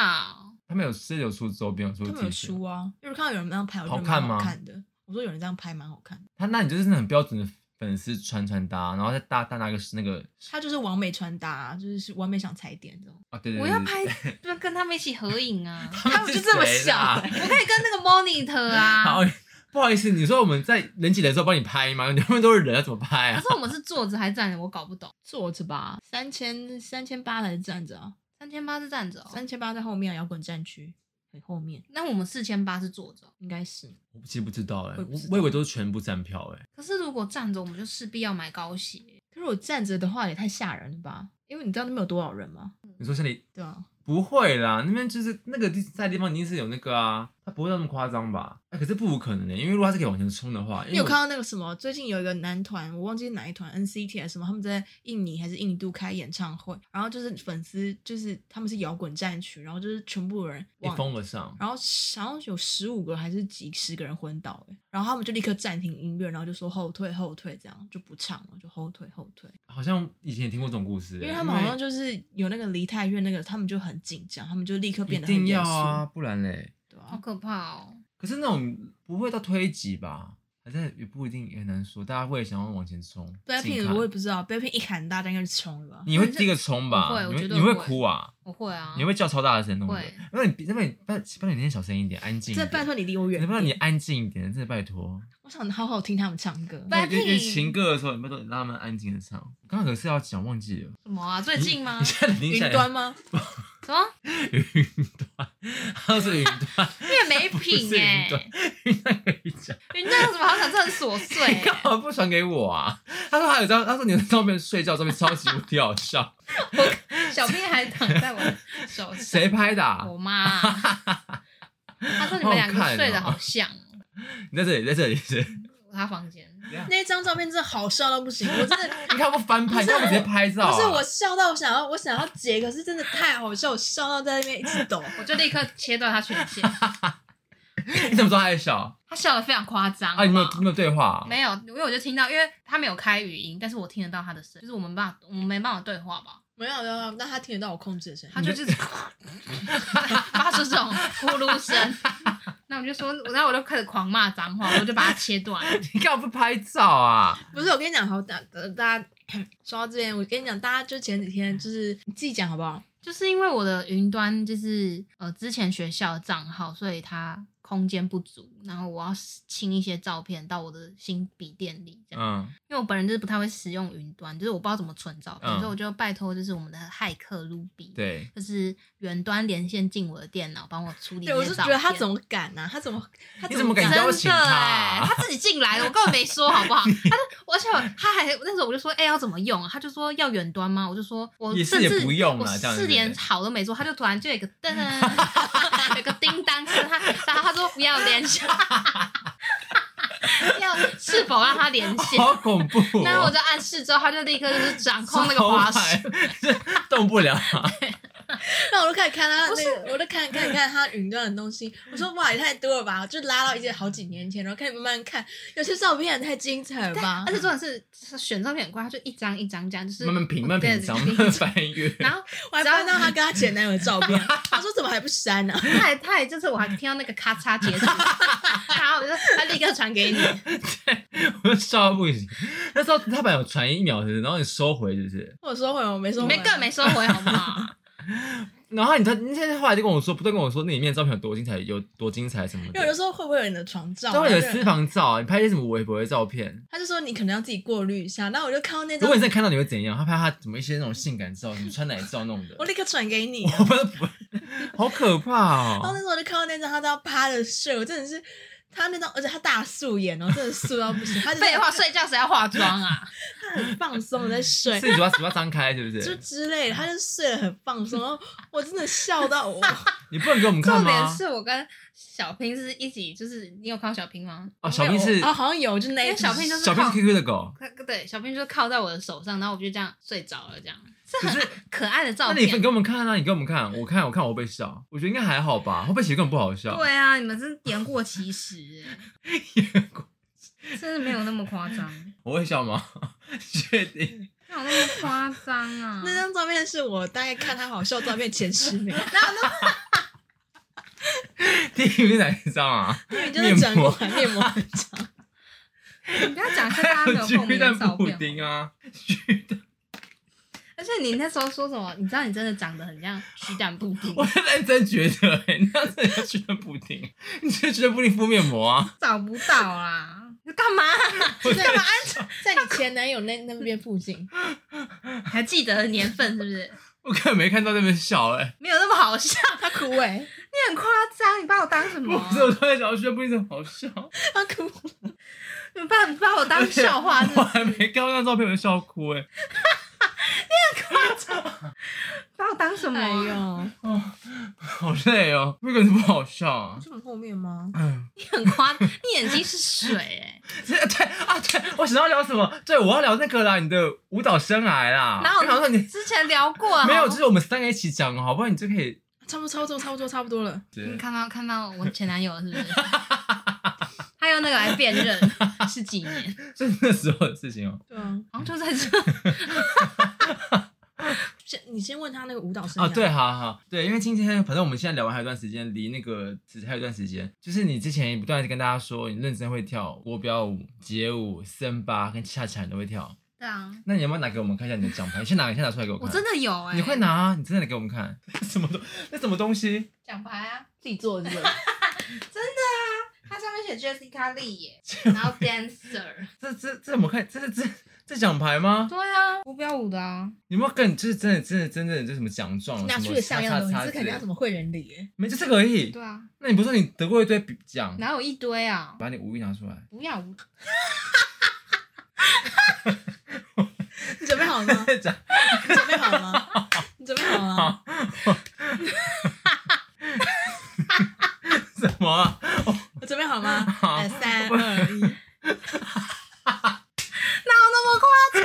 他们有是有出周边，有出他 T 们有恤出。啊，因为我看到有人那样拍，我觉得好看蛮吗好看的。我说有人这样拍蛮好看的，他那你就是很标准的粉丝穿穿搭，然后再搭搭那个那个他就是完美穿搭啊，就是是完美想踩点这种。啊，对对对，我要对拍，就跟他们一起合影 啊！他们们就是这么谁小啦我可以跟那个 monitor 好啊。，不好意思，你说我们在人挤人的时候帮你拍吗？你们都是人，要怎么拍可啊？是我们是坐着还是站着，我搞不懂。坐着吧，三千三千八还是站着啊？三千八是站着、哦，三千八在后面啊，摇滚战区很后面，那我们四千八是坐着哦、应该是。我其实不知道哎、我也不我知道我以为都是全部站票哎、可是如果站着，我们就势必要买高鞋。可是我站着的话也太吓人了吧？因为你知道那边有多少人吗？你说现在对啊，不会啦，那边就是那个地在的地方一定是有那个啊，他不会那么夸张吧？哎、可是不无可能的、因为如果他是可以往前冲的话，因你为有我看到那个什么？最近有一个男团，我忘记是哪一团，NCT 还是什么，他们在印尼还是印度开演唱会，然后就是粉丝就是他们是摇滚战区，然后就是全部人一往，封而上，然后好像有十五个还是几十个人昏倒、欸，然后他们就立刻暂停音乐，然后就说后退后退，这样就不唱了，就后退后退，好像以前也听过这种故事、因为他们好像就是有那个梨泰院那个，他们就很紧张，他们就立刻一变得很定要严肃，啊，不然嘞。对好啊，可怕哦！可是那种不会到推挤吧，还是也不一定也很难说。大家会想要往前冲，近 Blackpink 看啊嗯我也不知道，Blackpink 一喊大家应该是冲了吧。你会第一个冲吧？我会我你会绝对你会会哭啊？我会啊，你会不会叫超大的声，对不对会？那你那你拜拜托你念小声一点，安静一这点。拜托你离我你远能一不点！能你安静一点？真的拜托。我想好好听他们唱歌。拜因为因为 Blackpink 情歌的时候，你们都让他们安静的唱。我刚刚可是要讲忘记了，什么啊？最近吗你？现在听起云来端吗？什么？ 云端，他是云端，越 没不是品云哎、端，云端可以讲。云端有什么好讲？这很琐碎、欸你干 嘛哦不传给我啊？他说他有张，他说你的照片睡觉照片超级无敌好笑， 小屁还躺在我手上，谁拍的、啊我？妈 啊。她说你们两个睡得好像哦，你在这里，在这里， 是她房间。那一张照片真的好笑到 不行，我真的你看我翻拍，你看我直接拍照、啊。不是我笑到我想要我想要截，可是真的太好笑，我笑到在那边一直抖。我就立刻切断她权限，你怎么知道他在笑她笑得非常夸张。啊？你没有好你不好没有对话、啊？没有，因为我就听到，因为她没有开语音，但是我听得到她的声，就是我们办，我们没办法对话吧？没有没有，但他听得到我控制的声她音。就就是 发出这种呼噜声，那我就说，然后我就开始狂骂脏话，我就把她切断了。你干嘛不拍照啊？ 不是我跟你讲，好大呃大家说到这边，我跟你讲，大家就前几天就是你自己讲好不好？就是因为我的云端就是呃之前学校的账号，所以它空间不足，然后我要清一些照片到我的新笔电里，这样。嗯，因为我本人就是不太会使用云端，就是我不知道怎么存照片，嗯所以我就拜托就是我们的骇客 Ruby，，对，就是远端连线进我的电脑，帮我处理这对，些我照片。是觉得他怎么敢呢、啊？他怎么他你怎么敢真邀邀的哎，请他啊他自己进来的，我根本没 说好不好？他就，而且我他还那时候我就说，哎、要怎么用啊？他就说要远端吗？我就说我也甚是也至不用我啦这样是子连好都没做，他就突然就有一个噔， 有个叮当声，他然后他说不要连线，要是否让他连线？好恐怖、哦！然后我就暗示之后，他就立刻就是掌控那个滑鼠。是 动不了、啊。 那我就开始看他不是那个，我就看看看他云端的东西。我说哇，也太多了吧！就拉到一些好几年前，然后开始慢慢看，有些照片也太精彩了吧！而且重点是他选照片很快，他就一张一张这样，就是慢慢品，慢慢对品尝，对慢慢翻阅。然后我还翻到他跟他前男友的照片，他说怎么还不删呢、他也他也就是我还听到那个咔嚓 截图，然后我就他立刻传给你，我就 笑到不行。那时候他本来有传一秒，是不是然后你收回，是不是？我说回我没说你回，们更没收回好不 好？然后你他你现在后来就跟我说，不对，跟我说那里面的照片有多精彩，有多精彩什么因为我就的。说会不会有你的床照、啊？都会有对私房照啊，你拍一些什么微博的照片？他就说你可能要自己过滤一下。那我就看到那如张果，你真的看到，你会怎样？他拍他怎么一些那种性感照，什么穿奶照弄的我，立刻传给你、 哦我不不，好可怕然哦后那！时候我就看到那张他都要趴着睡，我真的是他那张，而且他大素颜哦，真的素到不行。他就废话，睡觉谁要化妆啊？他很放松的在睡是。你嘴巴嘴巴张开，是不？就是之类的，他就睡得很放松，然后我真的笑到 我，你不能给我们看重点吗？是我跟小平是一起，就是你有看到小平吗？哦，小兵是啊，好像有，就那因一为小片就是小兵是靠 QQ 的狗，对，小平就靠在我的手上，然后我就这样睡着了，这样可是可爱的照那你片给。我们看啊，你给我们看，我看我看我会被笑，我觉得应该还好吧，会不会其实根本不好笑？对啊，你们真言过其 实，真的没有那么夸 张，我会笑吗？ 确定？没有那么夸张啊！那张照片是我大概看他好笑照片前十 名，第一名是哪一张啊？因为你就是转过来面 膜很长。你不要讲是大还家没有有 共巨鸣的蛋照布片哦。丁啊，而且你那时候说什么？你知道你真的长得很像徐蛋布丁，我认真觉得、欸，你那真的叫巨蛋布丁，啊你这巨蛋布丁敷面膜啊？找不到啦。你干嘛？ 我对吧？安在你前男友那那边附近，还记得年份是不是？我根本没看到那边笑哎、没有那么好笑，他哭哎、 你很夸张，你把我当什么？不是，我突然想到巨蛋布丁怎么好笑？ 他哭，你把你把我当笑话是 不我是？还没看到那张照片，我就笑哭哎、把我当什么哎啊？呦，好累哦，那个怎么不好笑啊？ 这么后面吗？嗯，你很夸，你眼睛是水哎、对对啊，对，我想要聊什么？对，我要聊那个啦，你的舞蹈生涯啦。哪有我想说你之前聊过啊，没有，就是我们三个一起讲哦，好不然你就可以。差不多，差不多，差不多，差不多了。对你看到看到我前男友了是不是？他用那个来辨认是几年，这是那时候的事情哦。对啊，好像就在这。先你先问他那个舞蹈生涯啊，对，，好好对，因为今天反正我们现在聊完还有一段时间，离那个只还有一段时间，就是你之前也不断地跟大家说你认真会跳国标舞、街舞、森巴跟恰恰你都会跳，对啊，那你有没有拿给我们看一下你的奖牌？你先拿，你先拿出来给我看。我真的有哎、你会拿啊？你真的拿给我们看？ 什么东？那什么东西？奖牌啊？自己做的是不是，哦它上面写 Jessica Lee 耶，然后 Dancer。这这这怎么看？这是这这奖牌吗？对啊，国标舞的啊，有没有更就是真的真的真的这什么奖状？啊拿什出么的像样的东叉叉西，叉这肯定要之怎么会人理欸耶？没就这个而已对。啊，那你不是说你得过一堆比奖？哪有一堆啊？把你武艺拿出来。不要舞，你准备好了吗？ 讲你准备好 了吗？你准备好了吗？什么啊？ 我准备好了吗？ 好呃三二 一，哪有那么夸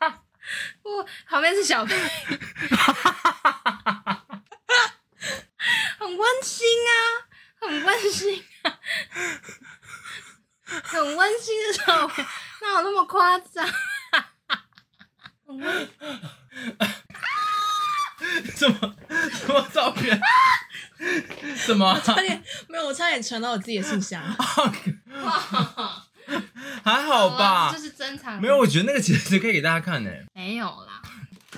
张？我旁边是小贝，很温馨啊，很温馨啊，很温馨的照片，哪有那么夸张？啊很温馨什么什么照片？什么啊？差点没有，我差点传到我自己的信啊箱。哇还好哇吧啊这？是珍藏，没有，我觉得那个其实可以给大家看呢、欸没有啦。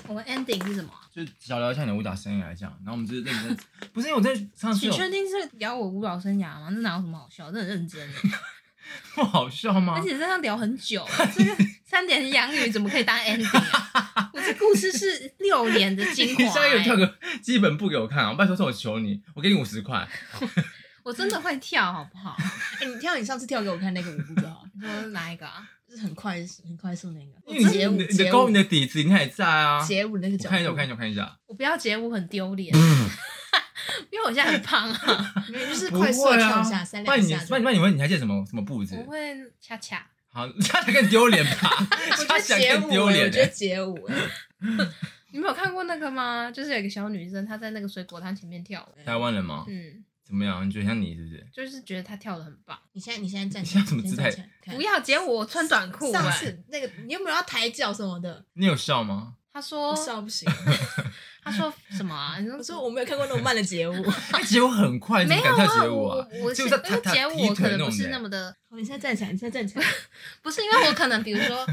我们 ending 是什么？就小聊一下你的武打生涯这样。然后我们就是认 真，不是因为我在上次你有确定是聊我舞蹈生涯吗？这哪有什么好笑？这很认真耶，不 好笑吗而？且这样聊很久，啊这个三点洋语怎么可以当 ending？、啊、我这故事是六年的精 你华耶、欸现在有跳个基本步给我看啊！拜托，这我求你，我给你五十块。我真的会跳，好不好？ 哎，你跳你上次跳给我看那个舞步就好，你说哪一个、啊？就是很快很快速那个因为你街舞你的你街的勾舞你的底子应该还在啊。街舞那个我角看一下，我度，看一下，我看一下。我不要街舞，很丢脸，嗯 因为我现在很 胖啊，没有就是不快速会地啊跳一下，三不然两你下这不然样。不然你会你还记得什么什么步子我？会恰恰。好， 恰恰更丢脸吧？我觉恰得恰街更舞丢欸，我脸觉得欸。街舞欸，你没有看过那个吗？就是有一个小女生，她在那个水果摊前面跳舞，台湾人吗？嗯，怎么样？你觉得像你是不是？就是觉得她跳的很棒。你现在你现在 站你起现来，在什么先姿站态起来？看不要街舞，我穿短裤、上欸。次那个你有没有要抬脚什么的？你有笑吗？她哦说我，笑不行，她说什么啊？你说我说我没有看过那么慢的街舞。 哎，结舞很快，你怎没么有敢跳啊，结舞我啊我？我是就因是为他他街舞踢我可腿能不种是的那欸。么的，你现在站起来，你现在站起来，不是因为我可能比如说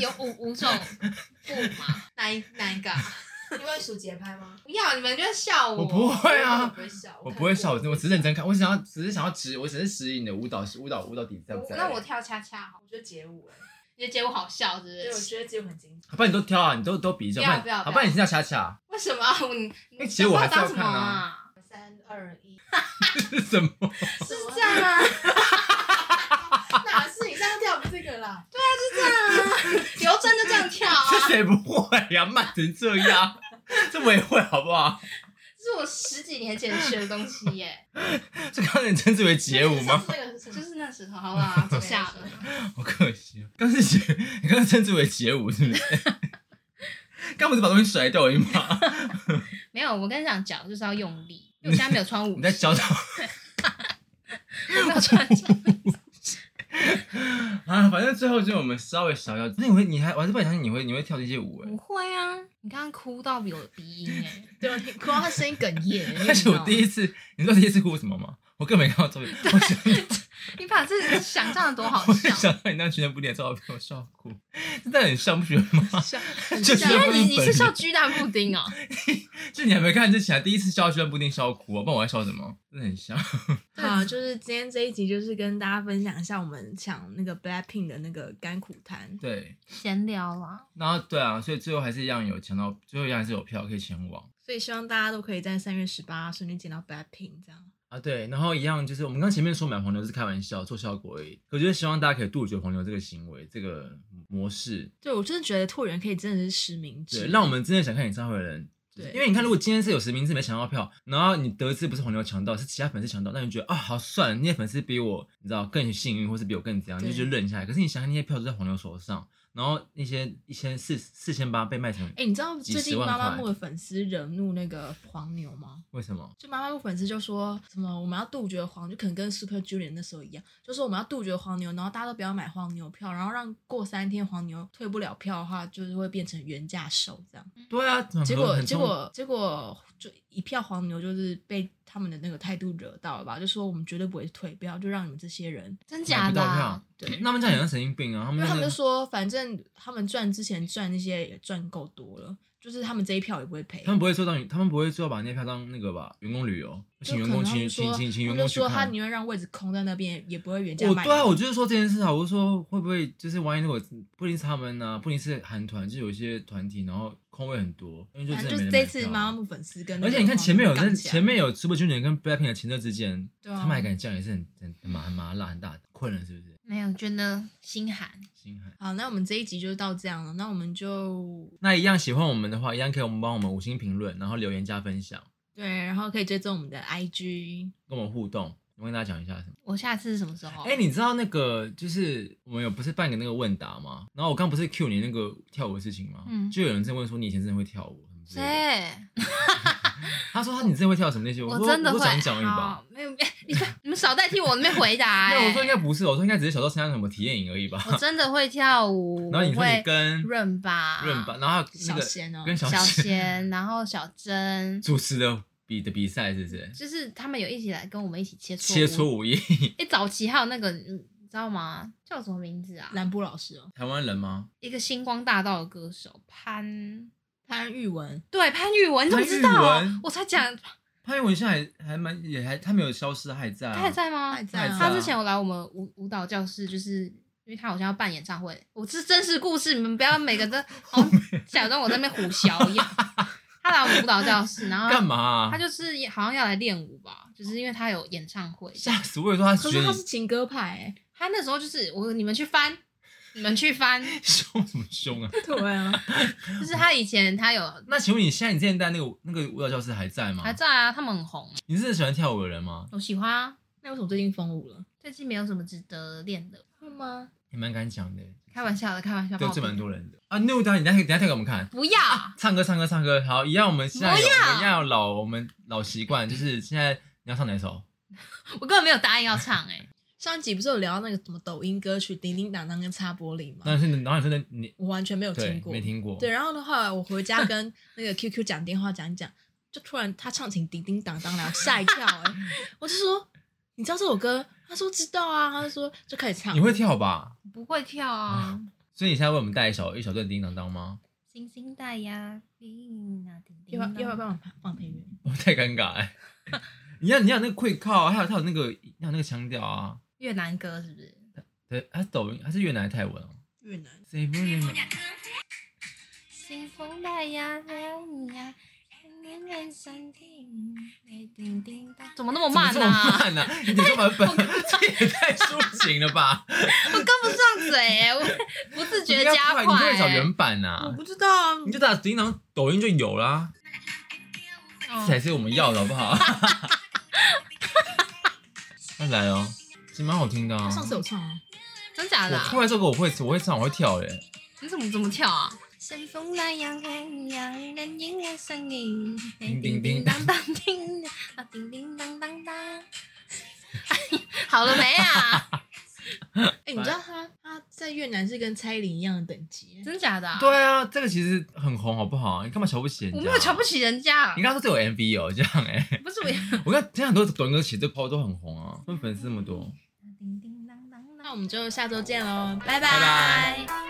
有五五 种步嘛，哪一哪一个啊？你会数节拍吗？不要，你们就笑我。我不会我啊不，会笑，我看不过会笑，我真的我只是认真看，我只想要只是想要指，我只是指引你的舞蹈舞蹈舞蹈底子在不我在。那我跳恰恰好，我觉得街舞，哎，你觉得我好笑是不对，我是？觉得街舞很精彩。好吧，你都挑啊，你都都比一下，不要然不要好不吧，要你现在恰恰 为什么啊你那你哎其实我还是当要什么看啊啊？三二一，是什么？是是这样啊，哪是你上次跳不是这个 啦？ 刘真就这样 跳啊，这谁不会呀？慢成这样， 这我也会好不好？这是我十几年前学的东西 耶，这刚才你称之为街舞上 吗？次那个是什就么？是那时候，好不好？坐下了，好可惜哦，刚是街，你刚才称之为街舞是不是？ 刚不是把东西甩掉而已吗？ 没有，我跟你讲，脚就是要用力，因为我现在没有穿舞你在教导我没 有穿脚。啊，反正最后就我们稍微小小，那你会，你还我还是不敢相信你会，你会跳这些舞哎、不会啊，你刚刚哭到有鼻音哎、对啊，你哭到他声音哽咽。你有没有但是我第一次，你知道第一次哭什么吗？我根本没看到照 片，我想 你把这个想象的多好我就笑，想到你那全部脸照片，我笑哭，真的很像不觉得吗？ 笑，就因是为啊你你是笑鸡蛋布丁哦、就你还没看之前，第一次笑居然不一定笑哭、啊，不然我还笑什么？真的很像。 好，就是今天这一集，就是跟大家分享一下我们抢那个 Blackpink 的那个甘苦谈。对，闲聊啦，然后对啊，所以最后还是一样有抢到，最后一样还是有票可以前往。所以希望大家都可以在三月十八顺利见到 Blackpink 这样。啊，对，然后一样就是我们刚前面说买黄牛是开玩笑做效果而已，我觉得希望大家可以杜绝黄牛这个行为这个模式，对，我真的觉得拓元可以真的是实名对，制，让我们真的想看演唱会的人对因为你看，如果今天是有实名制没抢到票，然后你得知不是黄牛抢到，是其他粉丝抢到，那你觉得啊、好算了，那些粉丝比我你知道更幸运，或是比我更怎样，你就觉得认下来。可是你想想，那些票都在黄牛手上，然后那些一千四四千八被卖成，哎、你知道最几十近万妈妈块木的粉丝惹怒那个黄牛吗？为什么？就妈妈木粉丝就说什么我们要杜绝黄，就可能跟 Super Junior 那时候一样，就说我们要杜绝黄牛，然后大家都不要买黄牛票，然后让过三天黄牛退不了票的话，就是会变成原价售这样。对啊，很嗯结果很结冲果结果就一票黄牛就是被他们的那个态度惹到了吧，就说我们绝对不会退票，就让你们这些人，真买假不的到啊票？，对那他们这样也像神经病啊！他因们为他真们的就说反正他们赚之前赚那些也赚够多了，就是他们这一票也不会赔。他们不会做到，他们不会做到把那票当那个吧员工旅游，就请员可能工他去，们请说，请请他员们工就去说他看。宁愿让位置空在那边，也不会原价我卖对啊，给我就是说这件事啊，我就说会不会就是万一如果不一定是他们呢、不一定是韩团，就有一些团体然后空位很多，因为就反真的正没就是人这买次票妈妈啊木粉丝跟那而个且你看前面有黄牛那杠起来前面有 Super Junior 跟 BLACKPINK 的情热之间，对啊他们还敢这样也是很很很麻很麻辣很大困了是不是？没有，觉得心寒。心寒。好，那我们这一集就到这样了，那我们就那一样喜欢我们的话，一样可以我们帮我们五星评论，然后留言加分享，对，然后可以追踪我们的 IG，跟我们互动。我跟大家讲一下什么？我下次是什么时候？哎、你知道那个就是我们有不是办个那个问答吗？然后我刚不是 Q 你那个跳舞的事情吗？嗯就有人在问说你以前真的会跳舞什么之类的谁？他说他你真的会跳什么那些？我说真的我会。说讲一讲而已吧。好，没有，你看你们少代替我那边 回答、那我说应该哎，不是，我说应该只是小时候参加什么体验营而已吧。我真的会跳舞，然后你我说你会跟润吧，润吧，然后还有那小个仙哦，跟小小仙贤，然后小珍，主持的比的比赛是不是？就是他们有一起来跟我们一起切磋切磋舞。武艺， 哎、早期还有那个，嗯你知道吗？叫什么名字啊？兰波老师哦，台湾人吗？一个星光大道的歌手潘，潘玉文，对潘玉文，你怎么潘知玉道啊文？我才讲，潘越文现在还还蛮也还他没有消失，他还在啊，他还在吗？还还在在啊他之前有来我们舞舞蹈教室，就是因为他好像要办演唱会。我是真实故事，你们不要每个 都好像假装我在那边胡嚼一样。他来我们舞蹈教室，然后干嘛啊？他就是也好像要来练舞吧，就是因为他有演唱会。吓死我！也说他可学是他你是情歌派哎，他那时候就是我，你们去翻，你们去翻，凶什么凶啊？ 对啊，就是他以前他有那请问你现在你之前在那个那个舞蹈教室还在吗？还在啊，他们很红，你是喜欢跳舞的人吗？我喜欢啊。 那为什么最近封舞了？最近没有什么值得练的，会吗？也蛮敢讲的，开玩笑的，开玩笑。得帮我罪蛮闭多人的啊。那我等一下你等一下等一下跳给我们看。不要，啊唱歌，唱歌，唱歌，好，一样。我们现在有不要我们要老，我们老习惯，就是现在你要唱哪首？我根本没有答应要唱哎、上一集不是有聊到那个什么抖音歌曲《叮叮当当》跟《擦玻璃》吗？但是你，然后你说的你我完全没有对听过，没听过，对，然后的话，我回家跟那个 QQ 讲电话讲一讲，就突然他唱起《叮叮当当》来，我吓一跳哎、我就说你知道这首歌？他说知道啊，他说就开始唱。你会？跳吧？不会跳哦啊。所以你现在为我们带一首一小段《叮当当》吗？ 星星带呀，叮啊叮叮要当不要要不要帮我放配乐？我太尴尬哎、 你要你要有那个快靠、啊，还有他有那个要有那个腔调啊。越南歌是不是？对，他是抖音，他是越南还是泰文哦、越南谁不是清风带呀来呀，年年山听，哎叮叮当。怎么那么怎么慢这呢、么啊？慢呢、啊？你这版本 这也太抒情了吧？ 我跟不上嘴、欸，我不自觉加你可以找欸原版呐、我不知道啊，你就打叮当抖音就有 啦，这才哦是我们要的好不好？ 那来哦，其实蛮好听的啊他。上次有唱啊。真假的我啊、后来这个我会，我会唱，我会跳耶。你怎么怎么跳啊？随风来呀来呀，人影的声音，哎叮叮当当叮啊，叮叮当当当。好了没啊？哎、你知道他他在越南是跟蔡依林一样的等级欸，真假的、啊？对啊，这个其实很红，好不好？你干嘛瞧不起人家？我没有瞧不起。起人家啊你，刚刚说这有 MV 哦，这样哎、不是我也。 我看现在很多抖音歌曲这抛都很红啊，他们粉丝这么多。叮叮当当当那我们就下周见喽，拜拜拜拜拜。